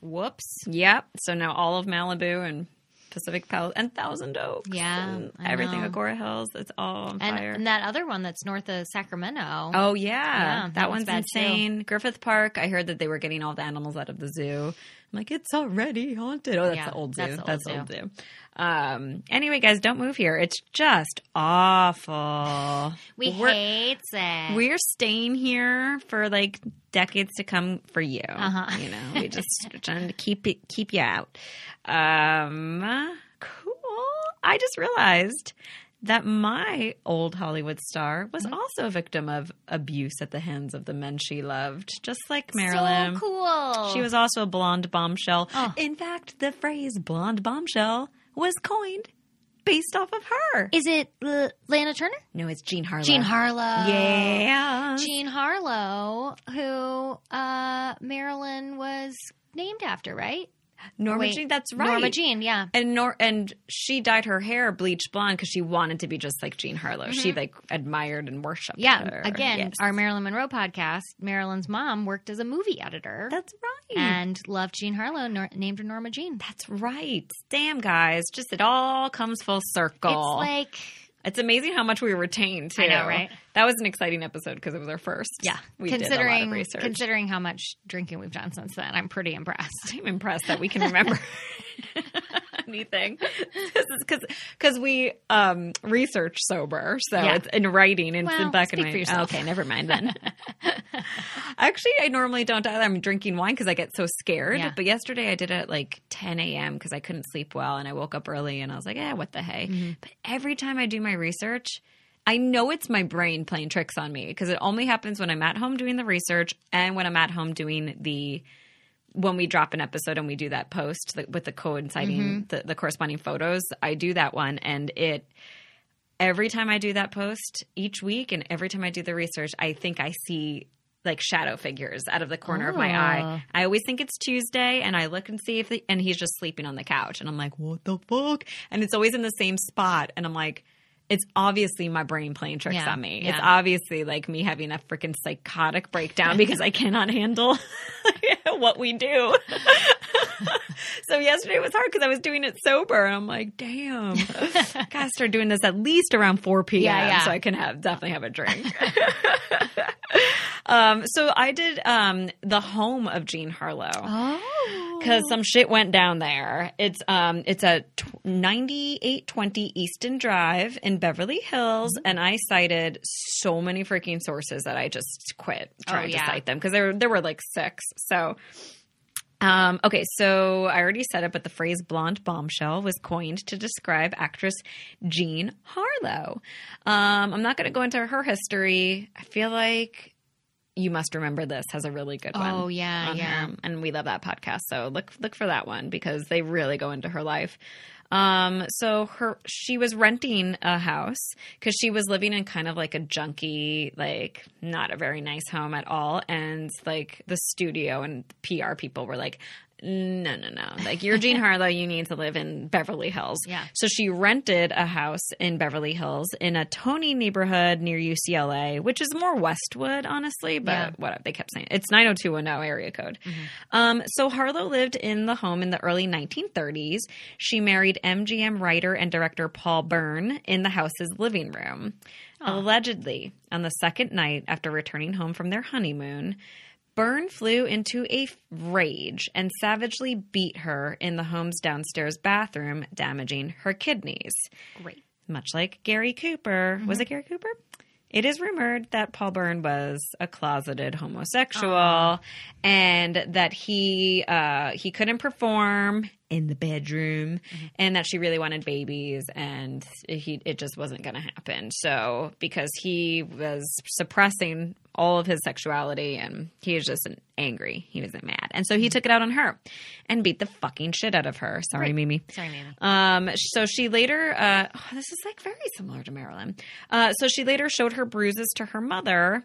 A: Whoops.
B: Yep. So now all of Malibu and Pacific Palace and Thousand Oaks.
A: Yeah,
B: and
A: I
B: everything
A: know.
B: Agora Hills. It's all on
A: And,
B: fire.
A: and that other one that's north of Sacramento.
B: oh yeah, that,
A: that one's bad,
B: one's
A: too.
B: insane. Griffith Park. I heard that they were getting all the animals out of the zoo. I'm like, it's already haunted. Oh, that's
A: Yeah,
B: the old zoo.
A: that's the old
B: That's the old zoo. Um. Anyway, guys, don't move here. It's just awful.
A: we
B: We're-
A: hate it.
B: we're staying here for like decades to come for you.
A: Uh-huh.
B: You know,
A: <laughs>
B: we just trying to keep it, keep you out. Um, cool. I just realized that my old Hollywood star
A: Mm-hmm.
B: was also a victim of abuse at the hands of the men she loved, just like Marilyn.
A: so cool.
B: She was also a blonde bombshell.
A: Oh.
B: In fact, the phrase blonde bombshell was coined based off of her.
A: Is it uh, Lana Turner?
B: no, it's Jean Harlow.
A: Jean Harlow.
B: Yeah.
A: Jean Harlow, who uh, Marilyn was named after, right?
B: Norma
A: Wait,
B: Jean, that's right.
A: Norma Jean, yeah.
B: And Nor- and she dyed her hair bleached blonde because she wanted to be just like Jean Harlow. She like admired and worshipped.
A: Mm-hmm. Yeah.
B: her.
A: Again,
B: Yes.
A: our Marilyn Monroe podcast, Marilyn's mom worked as a movie editor
B: that's right.
A: and loved Jean Harlow, nor- named her Norma Jean.
B: that's right. Damn, guys, just it all comes full circle.
A: It's like,
B: It's amazing how much we retain. Too.
A: I know, right?
B: That was an exciting episode because it was our first.
A: yeah,
B: we did a lot of
A: considering
B: research.
A: considering how much drinking we've done since then, I'm pretty impressed.
B: <laughs> I'm impressed that we
A: <laughs>
B: can remember anything because because we um, research sober, so
A: Yeah.
B: it's in writing and it's in
A: Well,
B: black and
A: speak
B: white.
A: for yourself.
B: Okay, never mind
A: <laughs>
B: then. <laughs> Actually, I normally don't either. I'm drinking wine because I get so scared.
A: Yeah.
B: But yesterday I did it at like 10 a.m. because I couldn't sleep well and I woke up early and I was like, eh, what the hey.
A: Mm-hmm.
B: But every time I do my research. I know it's my brain playing tricks on me because it only happens when I'm at home doing the research and when I'm at home doing the when we drop an episode and we do that post like, with the coinciding the, the corresponding photos i do that one and it every time i do that post each week and every time i do the research i think i see like shadow figures out of the corner of my eye i always think it's tuesday and i look and see if the, and he's just sleeping on the couch and i'm like what the fuck and it's always in the same spot and i'm like it's obviously my brain playing tricks
A: Yeah,
B: on me. It's
A: yeah.
B: obviously like me having a freaking psychotic breakdown because I cannot handle <laughs> what we do. <laughs> So yesterday was hard because I was doing it sober, and I'm
A: <laughs>
B: like, damn, gotta start doing this at least around 4 p.m.
A: Yeah, yeah.
B: so I can have definitely have a drink. um, so I did um, the home of Jean Harlow
A: Oh,
B: because some shit went down there. It's um, it's a t- 9820 Easton Drive in Beverly Hills,
A: Mm-hmm.
B: and I cited so many freaking sources that I just quit trying
A: Oh, yeah.
B: to cite them because there there were like six. So. Um, okay, so I already said it, but the phrase blonde bombshell was coined to describe actress Jean Harlow. Um, I'm not going to go into her history. I feel like You Must Remember This has a really good one.
A: Oh, yeah,
B: on
A: yeah.
B: her, And we love that podcast. So look, look for that one because they really go into her life. Um, so her she was renting a house because she was living in kind of like a junky, like not a very nice home at all. And like the studio and PR people were like, no, no, no. Like you're Jean Harlow, you need to live in Beverly Hills.
A: Yeah.
B: So she rented a house in Beverly Hills in a Tony neighborhood near UCLA, which is more Westwood, honestly, but
A: Yeah.
B: what they kept saying. It's 90210 area code. Um, so Harlow lived in the home in the early 1930s. She married MGM writer and director Paul Byrne in the house's living room. Allegedly, on the second night after returning home from their honeymoon, Byrne flew into a rage and savagely beat her in the home's downstairs bathroom, damaging her kidneys.
A: Great.
B: Much like Gary Cooper. Was it Gary Cooper? It is rumored that Paul Byrne was a closeted homosexual and that he uh, he couldn't perform in the bedroom and that she really wanted babies and he it just wasn't going to happen. So because he was suppressing all of his sexuality and he was just angry. He wasn't mad. And so he took it out on her and beat the fucking shit out of her. Sorry, Mimi.
A: Sorry, Mamie.
B: Um, so she later, uh, oh, this is like very similar to Marilyn. Uh, so she later showed her bruises to her mother,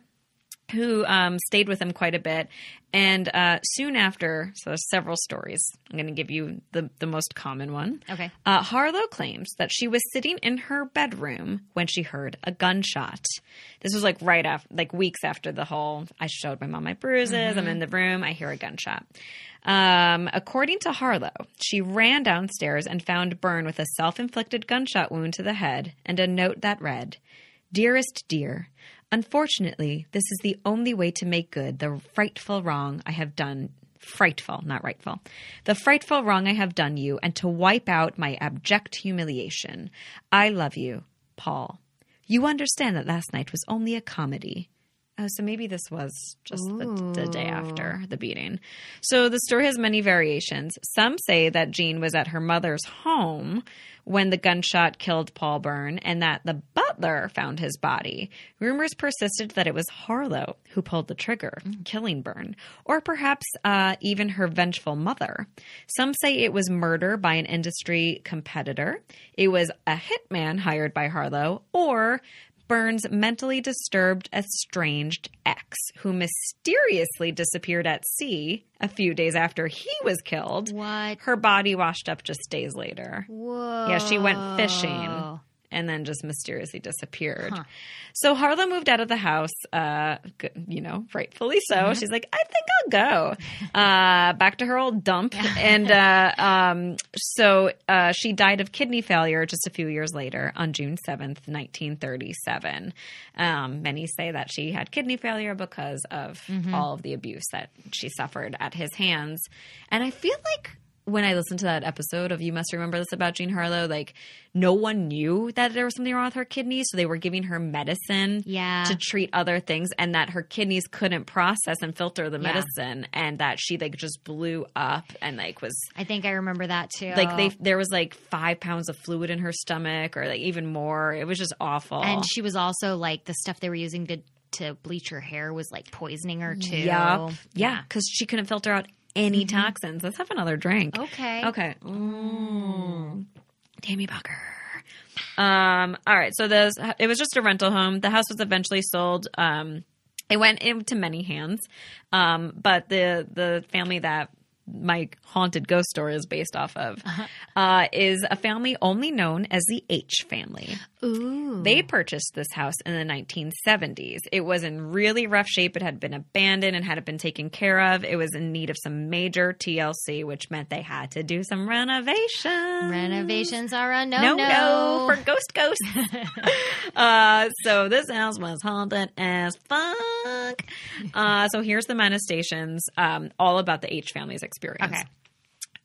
B: who um, stayed with him quite a bit. And uh, soon after, so there's several stories. I'm going to give you the, the most common one.
A: Okay.
B: Uh, Harlow claims that she was sitting in her bedroom when she heard a gunshot. This was like right after, like weeks after the whole I showed my mom my bruises, I'm in the room, I hear a gunshot. Um, according to Harlow, she ran downstairs and found Byrne with a self inflicted gunshot wound to the head and a note that read, Dearest dear, unfortunately, this is the only way to make good the frightful wrong I have done. Frightful, not rightful. The frightful wrong I have done you, and to wipe out my abject humiliation. I love you, Paul. You understand that last night was only a comedy. Oh, so maybe this was just the, the day after the beating. So the story has many variations. Some say that Jean was at her mother's home when the gunshot killed Paul Byrne and that the butler found his body. Rumors persisted that it was Harlow who pulled the trigger, killing Byrne, or perhaps uh, even her vengeful mother. Some say it was murder by an industry competitor, it was a hitman hired by Harlow, or Burns' mentally disturbed, estranged ex, who mysteriously disappeared at sea a few days after he was killed.
A: What?
B: Her body washed up just days later.
A: Whoa.
B: Yeah, she went fishing and then just mysteriously disappeared.
A: Huh.
B: So Harlow moved out of the house, uh, g- you know, rightfully so. She's like, I think I'll go uh, back to her old dump. and uh, um, so uh, she died of kidney failure just a few years later on June 7th, 1937. Um, many say that she had kidney failure because of all of the abuse that she suffered at his hands. And I feel like when I listened to that episode of You Must Remember This About Jean Harlow, like no one knew that there was something wrong with her kidneys, so they were giving her medicine
A: Yeah.
B: to treat other things and that her kidneys couldn't process and filter the
A: Yeah.
B: medicine and that she like just blew up and like was
A: I think I remember that too.
B: like they there was like five pounds of fluid in her stomach or like even more. It was just awful.
A: and she was also like the stuff they were using to to bleach her hair was like poisoning her too.
B: Yup. Yeah, because she couldn't filter out any
A: Mm-hmm.
B: toxins. Let's have another drink.
A: Okay.
B: Okay. Tammy Bucker. Um, all right. So those it was just a rental home. The house was eventually sold. Um, it went into many hands. Um, but the the family that my haunted ghost story is based off of uh, is a family only known as the H family.
A: Ooh.
B: They purchased this house in the 1970s. It was in really rough shape. It had been abandoned and hadn't been taken care of. It was in need of some major TLC, which meant they had to do some renovations.
A: Renovations are a no
B: No,
A: Oh, no.
B: no, for ghost ghosts. uh, so this house was haunted as fuck. Uh, so here's the manifestations, um, all about the H family's experience.
A: Okay.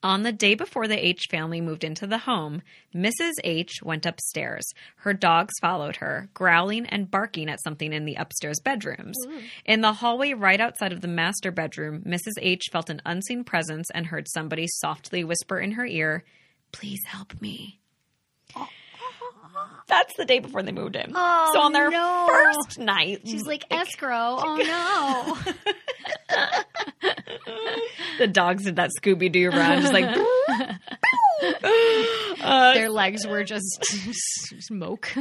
B: On the day before the H family moved into the home, Mrs. H went upstairs. Her dogs followed her, growling and barking at something in the upstairs bedrooms.
A: Mm.
B: In the hallway right outside of the master bedroom, Mrs. H felt an unseen presence and heard somebody softly whisper in her ear, Please
A: <laughs>
B: help me. That's the day before they moved in.
A: Oh,
B: so on their
A: no.
B: first night,
A: She's like <laughs> escrow. Oh no. <laughs>
B: the dogs did that Scooby Doo run, just like.
A: Their legs were just <laughs> smoke.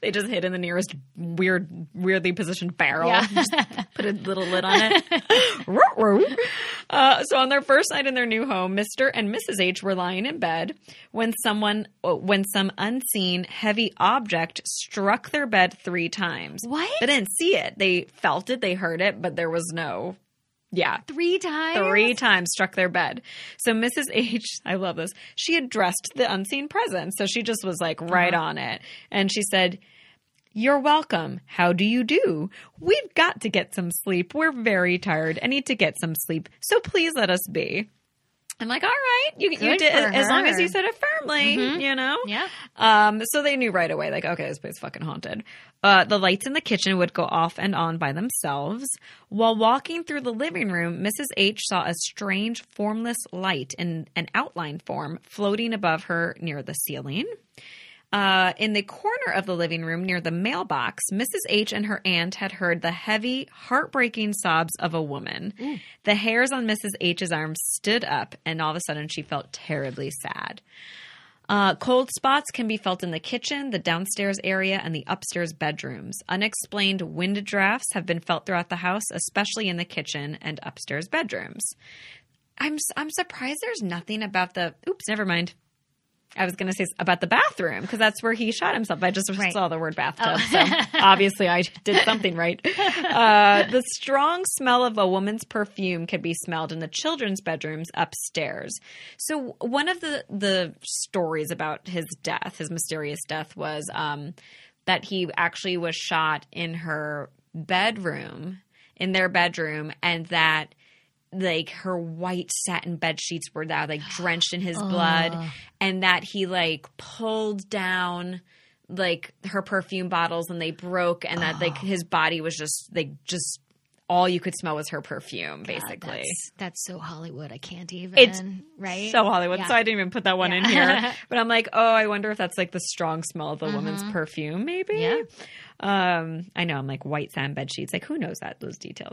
B: They just hid in the nearest weird, weirdly positioned barrel.
A: Yeah.
B: Just put a little lid on
A: <laughs>
B: it. Ruh-roh. uh, so on their first night in their new home, Mister and Mrs. H were lying in bed when someone, oh, when some unseen heavy object struck their bed three times.
A: What?
B: They didn't see it. They felt it. They heard it, but there was no. Yeah,
A: Three times.
B: three times struck their bed. So Mrs. H, <laughs> I love this. She addressed the unseen presence. So she just was like right
A: Uh-huh.
B: on it. And she said, You're welcome. How do you do? We've got to get some sleep. We're very tired and need to get some sleep. So please let us be. I'm like, all right, you, you
A: Good
B: did
A: for
B: as long
A: her.
B: as
A: Mm-hmm.
B: you said it firmly, you know?
A: Yeah.
B: Um, so they knew right away, like, okay, this place is fucking haunted. Uh, the lights in the kitchen would go off and on by themselves. While walking through the living room, Mrs. H saw a strange, formless light in an outline form floating above her near the ceiling. Uh, in the corner of the living room near the mailbox, Mrs. H and her aunt had heard the heavy, heartbreaking sobs of a woman. The hairs on Mrs. H's arms stood up, and all of a sudden she felt terribly sad. Uh, cold spots can be felt in the kitchen, the downstairs area, and the upstairs bedrooms. Unexplained wind drafts have been felt throughout the house, especially in the kitchen and upstairs bedrooms. I'm s- I'm surprised there's nothing about the. Oops, never mind. I was going to say s- about the bathroom because that's where he shot himself. I just
A: Right.
B: saw the word bathtub, so obviously I did something right. Uh, the strong smell of a woman's perfume could be smelled in the children's bedrooms upstairs. So one of the the stories about his death, his mysterious death, was um, that he actually was shot in her bedroom, in their bedroom, and that like her white satin bed sheets were now like drenched in his blood and that he like pulled down like her perfume bottles and they broke and that like his body was just like just all you could smell was her perfume basically
A: That's, that's so Hollywood. I can't even.
B: It's
A: right.
B: so hollywood
A: Yeah.
B: so i didn't even put that one in
A: Yeah. <laughs>
B: here but i'm like oh i wonder if that's like the strong smell of the woman's perfume maybe
A: Mm-hmm. Yeah.
B: um, I know I'm like white sand bed sheets. Like who knows that
A: <laughs>
B: those details?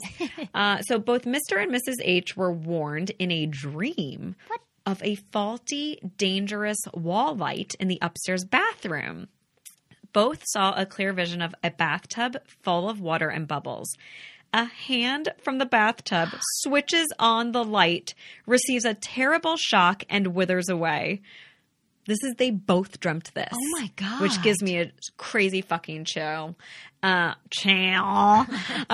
B: uh, so both Mr. and Mrs. H were warned in a dream of a faulty, dangerous wall light in the upstairs bathroom. Both saw a clear vision of a bathtub full of water and bubbles. A hand from
A: <gasps>
B: the bathtub switches on the light, receives a terrible shock, and withers away. This is they both dreamt this.
A: Oh my God.
B: Which gives me a crazy fucking chill. Uh, chill. Uh, <laughs>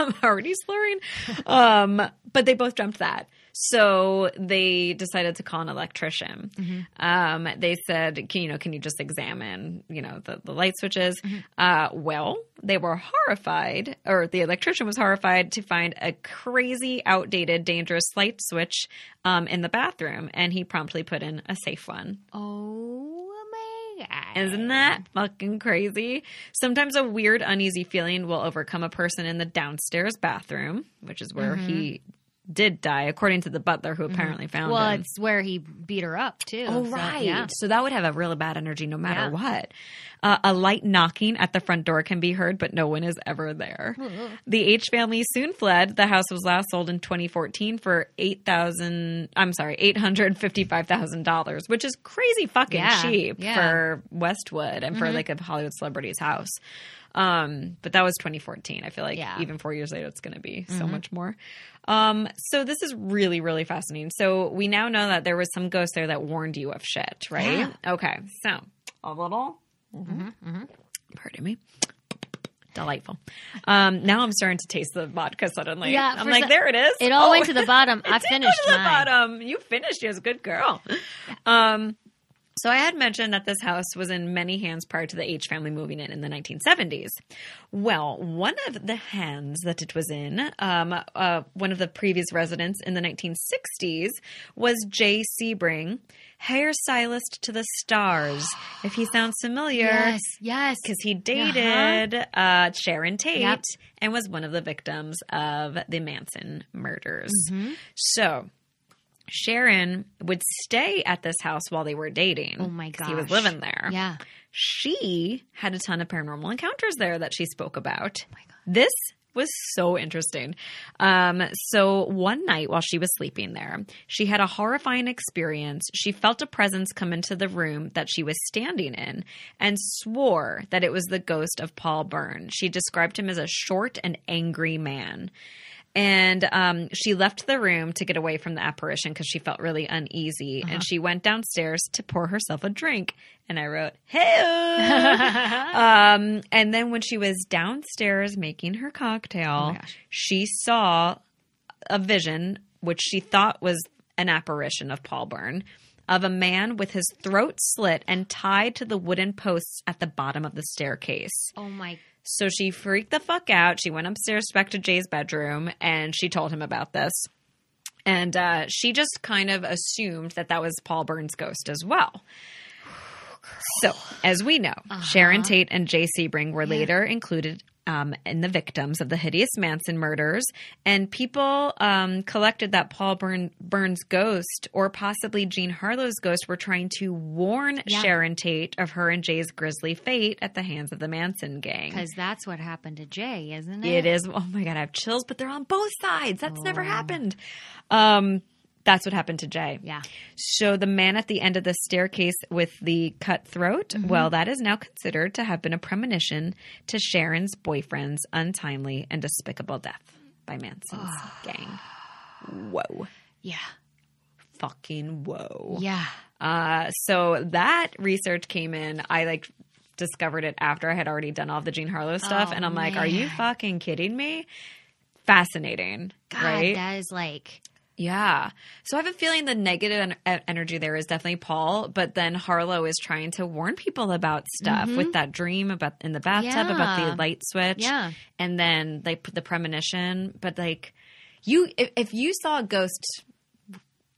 B: I'm already slurring. Um, but they both dreamt that. So they decided to call an electrician. Um, they said, can, you know, can you just examine, you know, the, the light switches? Uh, well, they were horrified, or the electrician was horrified to find a crazy, outdated, dangerous light switch um, in the bathroom. And he promptly put in a safe one.
A: Oh my god.
B: Isn't that fucking crazy? Sometimes a weird, uneasy feeling will overcome a person in the downstairs bathroom, which is where
A: Mm-hmm.
B: he did die, according to the butler who apparently found
A: Well,
B: him.
A: it's where he beat her up too.
B: Oh,
A: so,
B: right. So,
A: yeah.
B: that would have a really bad energy no matter
A: Yeah.
B: what. Uh, a light knocking at the front door can be heard, but no one is
A: <laughs>
B: ever there. The H family soon fled. The house was last sold in 2014 for eight thousand. I'm sorry, eight hundred fifty-five thousand dollars, which is crazy fucking
A: Yeah.
B: cheap
A: Yeah. Mm-hmm.
B: for Westwood and for like a Hollywood celebrity's house. Um, but that was 2014. I feel like
A: Yeah. Mm-hmm.
B: even four years later, it's going to be so much more. Um, so this is really, really fascinating. So we now know that there was some ghost there that warned you of shit, right? Okay. So a little,
A: Mm-hmm.
B: pardon me. Delightful. Um, now I'm starting to taste the vodka suddenly.
A: Yeah,
B: I'm
A: for
B: like,
A: se-
B: there it is.
A: It all
B: Oh,
A: went to the <laughs> bottom.
B: it
A: I
B: did go
A: finished
B: to the
A: mine.
B: bottom. You finished. Yes, good girl. Um, so I had mentioned that this house was in many hands prior to the H family moving in in the 1970s. Well, one of the hands that it was in, um, uh, one of the previous residents in the 1960s, was Jay Sebring, hairstylist to the stars. If he sounds familiar,
A: Yes, yes. Uh-huh.
B: because he dated uh Sharon Tate
A: Yep.
B: and was one of the victims of the Manson murders.
A: Mm-hmm.
B: So Sharon would stay at this house while they were dating.
A: Oh my
B: 'cause He was
A: gosh.
B: living there.
A: Yeah.
B: She had a ton of paranormal encounters there that she spoke about. This was so interesting. Um, so one night while she was sleeping there, she had a horrifying experience. She felt a presence come into the room that she was standing in and swore that it was the ghost of Paul Byrne. She described him as a short and angry man. And um, she left the room to get away from the apparition because she felt really uneasy. And she went downstairs to pour herself a drink. And I wrote, "Hey." Um, and then when she was downstairs making her cocktail,
A: gosh.
B: she saw a vision, which she thought was an apparition of Paul Byrne, of a man with his throat slit and tied to the wooden posts at the bottom of the staircase.
A: oh my
B: So she freaked the fuck out. She went upstairs back to Jay's bedroom and she told him about this. And uh, she just kind of assumed that that was Paul Burns' ghost as well. So, as we know, Sharon Tate and Jay Sebring were later included um, in the victims of the hideous Manson murders, and people um, collected that Paul Burn- Burns' ghost or possibly Jean Harlow's ghost were trying to warn
A: Yeah.
B: Sharon Tate of her and Jay's grisly fate at the hands of the Manson gang.
A: because that's what happened to Jay, isn't it?
B: It is. <laughs> Oh my god, I have chills, but they're on both sides. That's never happened. Um, that's what happened to Jay.
A: Yeah.
B: So the man at the end of the staircase with the cut throat, well, that is now considered to have been a premonition to Sharon's boyfriend's untimely and despicable death by Manson's gang. Whoa.
A: Yeah.
B: Fucking whoa.
A: Yeah.
B: Uh, so that research came in. I like discovered it after I had already done all the Jean Harlow stuff,
A: Oh,
B: and I'm like, "Are you fucking kidding me?" Fascinating,
A: God,
B: right?
A: that is like
B: yeah. So I have a feeling the negative en- e- energy there is definitely Paul, but then Harlow is trying to warn people about stuff with that dream about in the bathtub about the
A: Mm-hmm. Yeah.
B: light switch,
A: Yeah.
B: and then they put the premonition. But like, you if, if you saw a ghost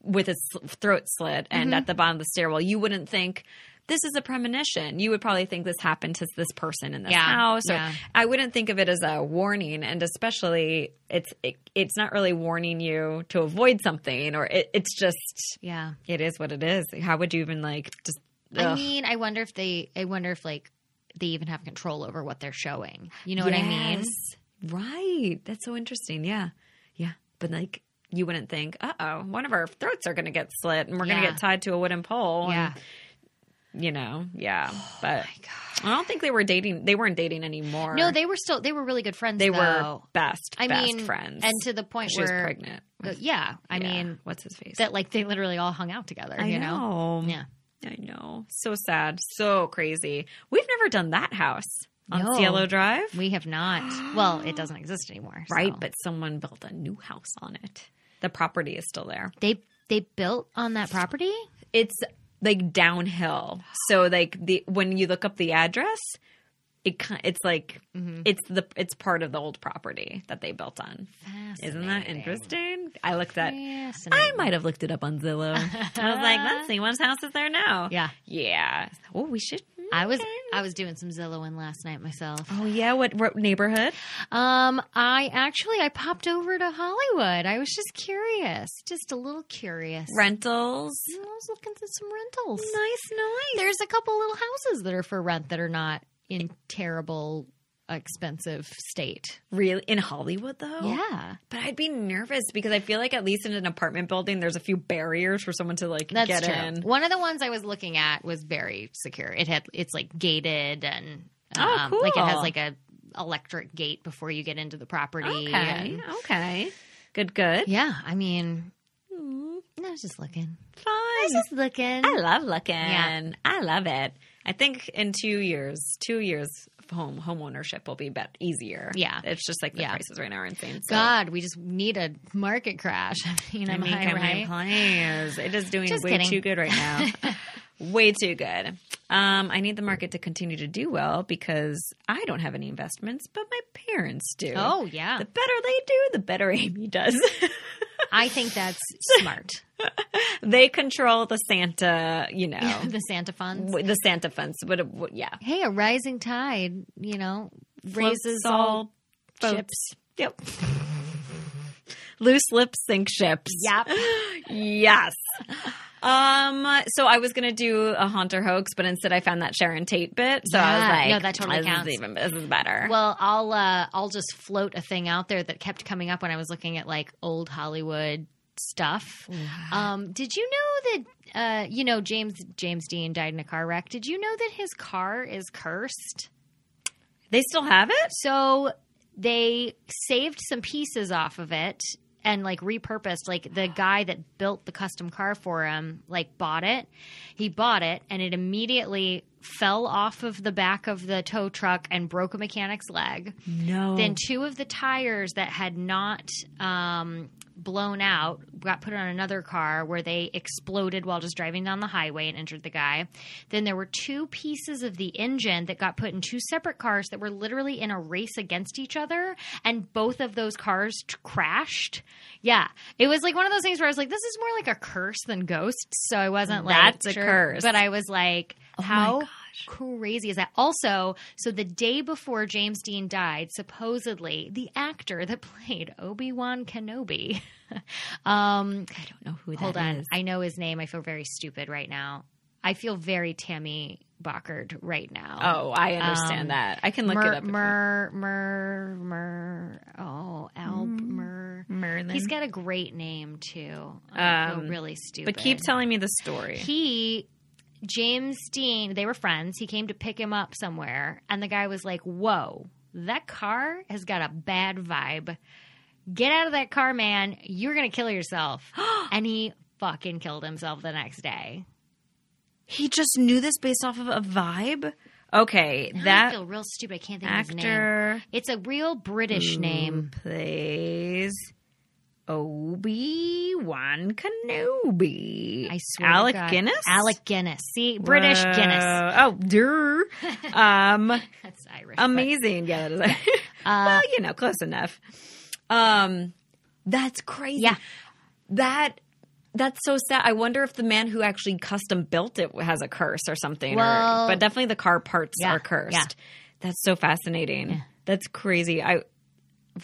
B: with its throat slit
A: Mm-hmm.
B: and at the bottom of the stairwell, you wouldn't think this is a premonition. You would probably think this happened to this person in this
A: Yeah,
B: house. Or
A: yeah.
B: I wouldn't think of it as a warning, and especially it's it, it's not really warning you to avoid something, or it, it's just
A: yeah.
B: it is what it is. How would you even like just?
A: I
B: ugh.
A: mean, I wonder if they I wonder if like they even have control over what they're showing. You know what I mean?
B: Yes. Right. That's so interesting. Yeah. Yeah. But like you wouldn't think, uh oh, one of our throats are gonna get slit and we're gonna
A: Yeah.
B: get tied to a wooden pole.
A: Yeah.
B: And, you know, yeah.
A: Oh
B: But I don't think they were dating they weren't dating anymore.
A: No, they were still they were really good friends.
B: they were
A: though.
B: best,
A: I
B: best
A: mean,
B: friends.
A: and to the point
B: she was
A: where
B: pregnant.
A: uh, yeah, I
B: Yeah.
A: mean
B: what's his face?
A: that like they literally all hung out together.
B: I
A: you know?
B: know.
A: Yeah.
B: I know. So sad. So crazy. We've never done that house on
A: No.
B: Cielo Drive.
A: We have not. Well, it doesn't exist anymore.
B: Right,
A: so.
B: but someone built a new house on it. The property is still there.
A: they they built on that property.
B: It's like downhill. So like the when you look up the address, it ki- it's like
A: Mm-hmm.
B: it's the it's part of the old property that they built on. Isn't that
A: Fascinating.
B: interesting? I looked at I
A: Fascinating.
B: might have looked it up on Zillow. I was
A: <laughs>
B: like, let's see whose house is there now.
A: Yeah. Mm.
B: Yeah. Oh, we should.
A: I was
B: okay.
A: I was doing some Zillowing last night myself.
B: Oh yeah, what, what neighborhood?
A: Um, I actually I popped over to Hollywood. I was just curious, just a little curious.
B: Rentals.
A: I was looking at some rentals.
B: Nice, nice.
A: There's a couple little houses that are for rent that are not in terrible, expensive state.
B: Really in Hollywood though.
A: Yeah,
B: But I'd be nervous because I feel like at least in an apartment building, there's a few barriers for someone to like
A: that's
B: get
A: true.
B: in.
A: One of the ones I was looking at was very secure. It had it's like gated and
B: Oh,
A: um, like it
B: cool.
A: has like a electric gate before you get into the property.
B: Okay,
A: and-
B: okay, good, good.
A: yeah, I mean,
B: Mm,
A: I was just looking,
B: Fine.
A: I was just looking.
B: I love looking.
A: Yeah.
B: I love it. I think in two years, two years of home home ownership will be bet easier.
A: Yeah.
B: it's just like the
A: Yeah.
B: prices right now are insane. So.
A: God, we just need a market crash. <laughs> I mean,
B: I
A: am
B: mean,
A: I
B: come
A: right?
B: on, please. It is doing
A: Just
B: way
A: kidding.
B: too good
A: <laughs>
B: right now. way too good. Um, I need the market to continue to do well because I don't have any investments, but my parents do.
A: Oh yeah,
B: The better they do, the better <laughs> Amy does.
A: I think that's
B: <laughs>
A: smart.
B: they control the Santa, you know,
A: the Santa funds.
B: w- the Santa funds. What, what, yeah.
A: Hey, a rising tide, you know, raises
B: Floats
A: all. boats.
B: ships. Yep. <laughs> Loose lips sink ships.
A: Yep.
B: Yes. Um, so I was gonna do a haunter hoax, but instead I found that Sharon Tate bit. So I was
A: Yeah.
B: like,
A: No, that totally
B: this
A: counts.
B: Is even, this is better.
A: Well, I'll uh, I'll just float a thing out there that kept coming up when I was looking at like old Hollywood stuff. Um, did you know that uh, you know James James Dean died in a car wreck? Did you know that his car is cursed?
B: they still have it.
A: So they saved some pieces off of it and like repurposed like the guy that built the custom car for him like bought it he bought it and it immediately fell off of the back of the tow truck and broke a mechanic's leg
B: No.
A: then two of the tires that had not um, blown out got put on another car where they exploded while just driving down the highway and injured the guy. Then there were two pieces of the engine that got put in two separate cars that were literally in a race against each other, and both of those cars t- crashed. Yeah, it was like one of those things where I was like, this is more like a curse than ghosts. So I wasn't like,
B: That's a curse. Oh
A: But I was like,
B: my
A: how
B: gosh.
A: crazy is that? Also, so the day before James Dean died, supposedly the actor that <laughs> played Obi Wan Kenobi, <laughs> um,
B: I don't know who that is.
A: hold on, I know his name. I feel very stupid right now. I feel very Tammy Bockard right now.
B: Oh, I understand
A: Um,
B: that. I can Oh,
A: Mer,
B: look it up. if you-
A: Mer, Mer, Mer. Oh, Al
B: Mm.
A: Mer.
B: Merlin.
A: He's got a great name too. I feel
B: Um,
A: really stupid.
B: but keep telling me the story.
A: He, James Dean, they were friends. He came to pick him up somewhere, and the guy was like, Whoa, that car has got a bad vibe. Get out of that car, man. You're going to kill
B: <gasps>
A: yourself. and he fucking killed himself the next day.
B: He just knew this based off of a vibe. Okay,
A: Now I
B: that
A: feel real stupid. I can't think of his name.
B: actor Mm.
A: It's a real British name.
B: who plays Obi Wan Kenobi.
A: I swear. to
B: Alec
A: God.
B: Guinness.
A: Alec Guinness. See, British
B: Whoa.
A: Guinness.
B: Oh, duh. um,
A: That's Irish. but,
B: amazing. Yeah, that is.
A: <laughs> uh,
B: <laughs> well, you know, close enough. Um, that's crazy.
A: yeah.
B: that that's so sad. I wonder if the man who actually custom built it has a curse or something.
A: Well-
B: or, but definitely the car parts
A: Yeah,
B: are cursed.
A: yeah.
B: That's so fascinating. That's crazy. I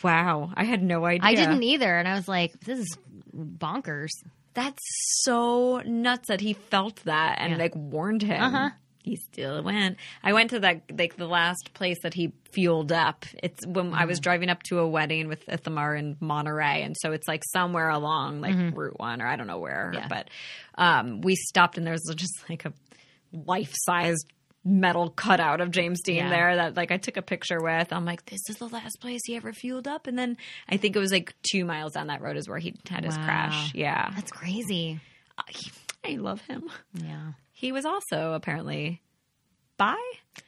B: wow, I had no idea.
A: I didn't either. And I was like, this is bonkers.
B: That's so nuts that he felt that and
A: Yeah.
B: like warned him.
A: Uh-huh.
B: He still went. I went to that like the last place that he fueled up. It's when I
A: Mm-hmm.
B: was driving up to a wedding with Ithamar in Monterey, and so it's like somewhere along like Route One or I don't know where,
A: Mm-hmm. Yeah.
B: but um, we stopped and there's just like a life sized metal cutout of James Dean
A: Yeah.
B: there that like I took a picture with. I'm like, this is the last place he ever fueled up, and then I think it was like two miles down that road is where he had his
A: Wow.
B: crash. Yeah,
A: That's crazy.
B: <sighs> I love him.
A: Yeah.
B: He was also apparently bi.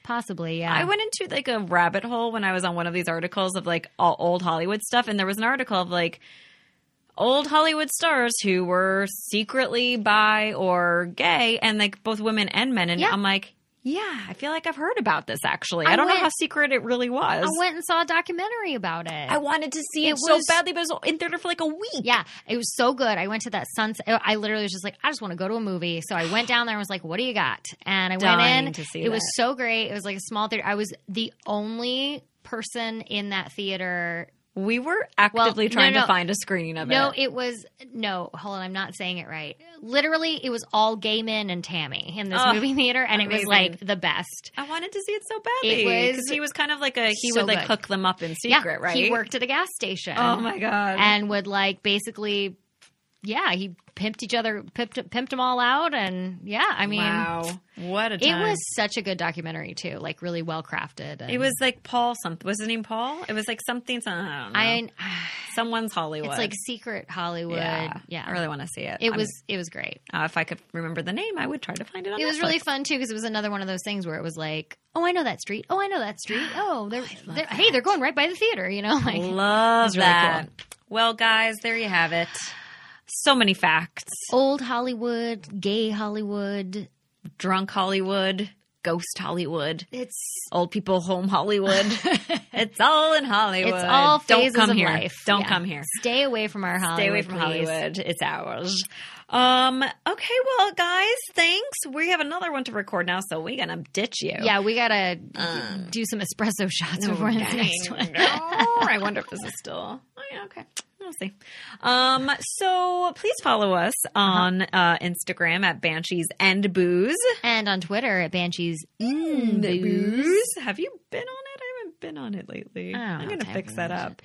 A: Possibly, yeah.
B: I went into like a rabbit hole when I was on one of these articles of like all old Hollywood stuff, and there was an article of like old Hollywood stars who were secretly bi or gay, and like both women and men. And
A: Yeah.
B: I'm like, yeah, I feel like I've heard about this actually.
A: I
B: I, don't know
A: went-
B: how secret it really was.
A: I went and saw a documentary about it.
B: I wanted to see it,
A: It
B: so
A: was-
B: badly, but it was in theater for like a week.
A: yeah, it was so good. I went to that sunset. I literally was just like, I just want to go to a movie. So I went down there and was like, What do you got? And I
B: Dying
A: went in.
B: to see
A: it was
B: that.
A: so great. It was like a small theater. I was the only person in that theater.
B: We were actively
A: no,
B: trying
A: no.
B: to find a screening of
A: No,
B: it.
A: it was no. Hold on, I'm not saying it right. Literally, it was all gay men and Tammy in this
B: Oh,
A: movie theater, and it was
B: amazing.
A: like the best.
B: I wanted to see it so badly.
A: It was
B: 'cause he was kind of like a he
A: so
B: would like
A: good.
B: hook them up in secret,
A: yeah,
B: right?
A: He worked at a gas station.
B: Oh my god!
A: and would like basically yeah he pimped each other pimped, pimped them all out and yeah i mean
B: wow, what a
A: it
B: time.
A: was such a good documentary too like really well crafted and
B: It was like Paul something. Was his name Paul? It was like something. some- I don't know.
A: i ah,
B: Someone's Hollywood.
A: it's like secret hollywood yeah,
B: I really want to see it.
A: it
B: I'm-
A: was it was great
B: uh, if I could remember the name, I would try to find it. on
A: it was
B: Netflix.
A: really fun too because it was another one of those things where it was like oh i know that street oh i know that
B: <gasps>
A: street oh they're,
B: love
A: they're hey they're going right by the theater you know <laughs> like
B: Love
A: really
B: that. Well, guys, there you have it. So many facts.
A: old hollywood gay hollywood
B: Drunk Hollywood, ghost Hollywood,
A: it's
B: old people home <laughs> Hollywood. it's all in Hollywood.
A: it's all phases
B: Don't come
A: of
B: here.
A: life
B: Don't
A: Yeah.
B: come here.
A: stay away from our hollywood
B: Stay away from
A: please.
B: Hollywood. It's ours. Um, okay, well, guys, thanks. We have another one to record now, so we're gonna ditch you.
A: Yeah, we gotta d-
B: Um,
A: do some espresso shots
B: Oh,
A: before the
B: <laughs> dang.
A: next one.
B: No, I wonder if this is still. Oh, yeah, okay. We'll see. Um, so please follow us on uh Instagram at Banshees and Booze.
A: And on Twitter at Banshees. Mm,
B: Booze. Have you been on it? I haven't been on it lately.
A: I don't
B: I'm
A: know
B: gonna
A: what
B: fix
A: type
B: that
A: of
B: up.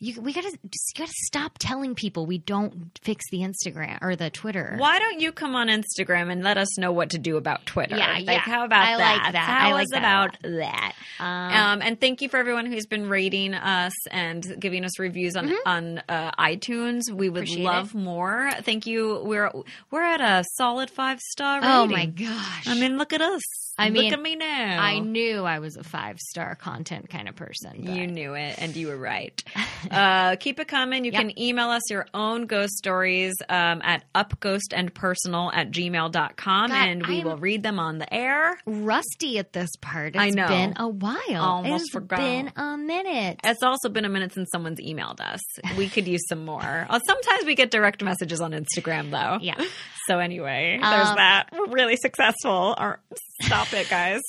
A: You, we gotta, just, you gotta stop telling people we don't fix the Instagram or the Twitter.
B: Why don't you come on Instagram and let us know what to do about Twitter?
A: Yeah,
B: like,
A: yeah.
B: How about
A: I
B: that?
A: like that.
B: How
A: I like
B: is
A: that a
B: about that?
A: Um,
B: Um, and thank you for everyone who's been rating us and giving us reviews on on uh, iTunes. We would
A: Mm-hmm. Appreciate
B: love more. Thank you. We're we're at a solid five star.
A: oh my gosh.
B: I mean, look at us.
A: I
B: look
A: mean,
B: at me now.
A: I knew I was a five star content kind of person. but-
B: You knew it, and you were
A: <laughs>
B: right. uh, keep it coming. You
A: Yeah.
B: can email us your own ghost stories um, at upghostandpersonal at gmail.com,
A: God,
B: and we
A: I'm-
B: will read them on the air.
A: rusty at this part. It's
B: I know.
A: been a while.
B: Almost
A: it's
B: forgot.
A: been a minute.
B: It's also been a minute since someone's emailed us. We could use some
A: <laughs>
B: more. Uh, sometimes we get direct messages on Instagram, though.
A: Yeah.
B: So, anyway, there's
A: Um,
B: that. We're really successful. Our, stop
A: <laughs>
B: it, guys.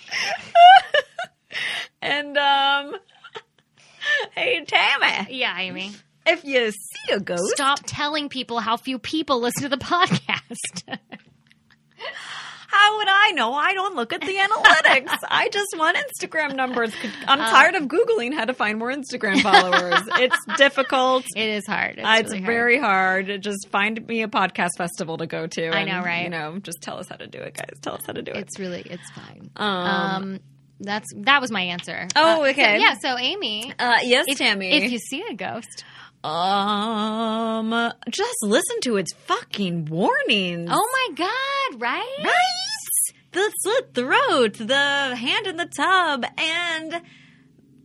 B: <laughs> and, um, <laughs> hey, Tammy,
A: Yeah, Amy.
B: if you see a ghost,
A: Stop telling people how few people listen to the <laughs> podcast. <laughs>
B: how would I know? I don't look at
A: <laughs>
B: the analytics. I just want Instagram numbers.
A: Uh,
B: I'm tired of Googling how to find more
A: <laughs>
B: Instagram followers. it's difficult.
A: it is hard. It's,
B: Uh, It's,
A: really hard.
B: very hard. Just find me a podcast festival to go to.
A: I know, right?
B: You know, just tell us how to do it, guys. Tell us how to do it.
A: It's really. It's fine.
B: Um,
A: Um, that's that was my answer.
B: Oh,
A: Uh,
B: okay.
A: so- yeah. So, Amy,
B: uh, yes,
A: if,
B: Tammy.
A: if you see a ghost,
B: um, just listen to its fucking warnings.
A: oh my god, right?
B: right. The slit throat, the hand in the tub, and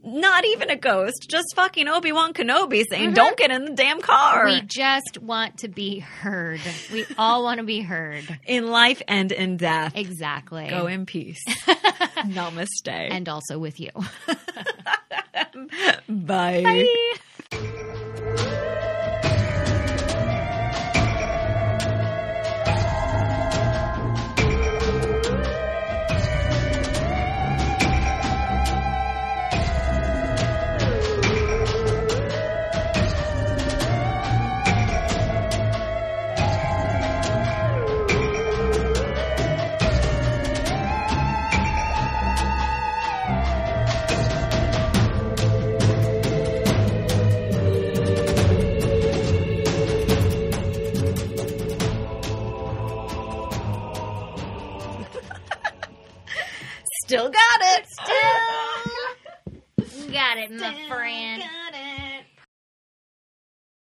B: not even a ghost. Just fucking Obi Wan Kenobi saying, "Don't get in the damn car."
A: We just want to be heard. We all want to be heard.
B: in life and in death,
A: Exactly.
B: go in <laughs> peace. Namaste.
A: and also with you.
B: Bye. Still got it. Still
A: Got it, my friend.
B: got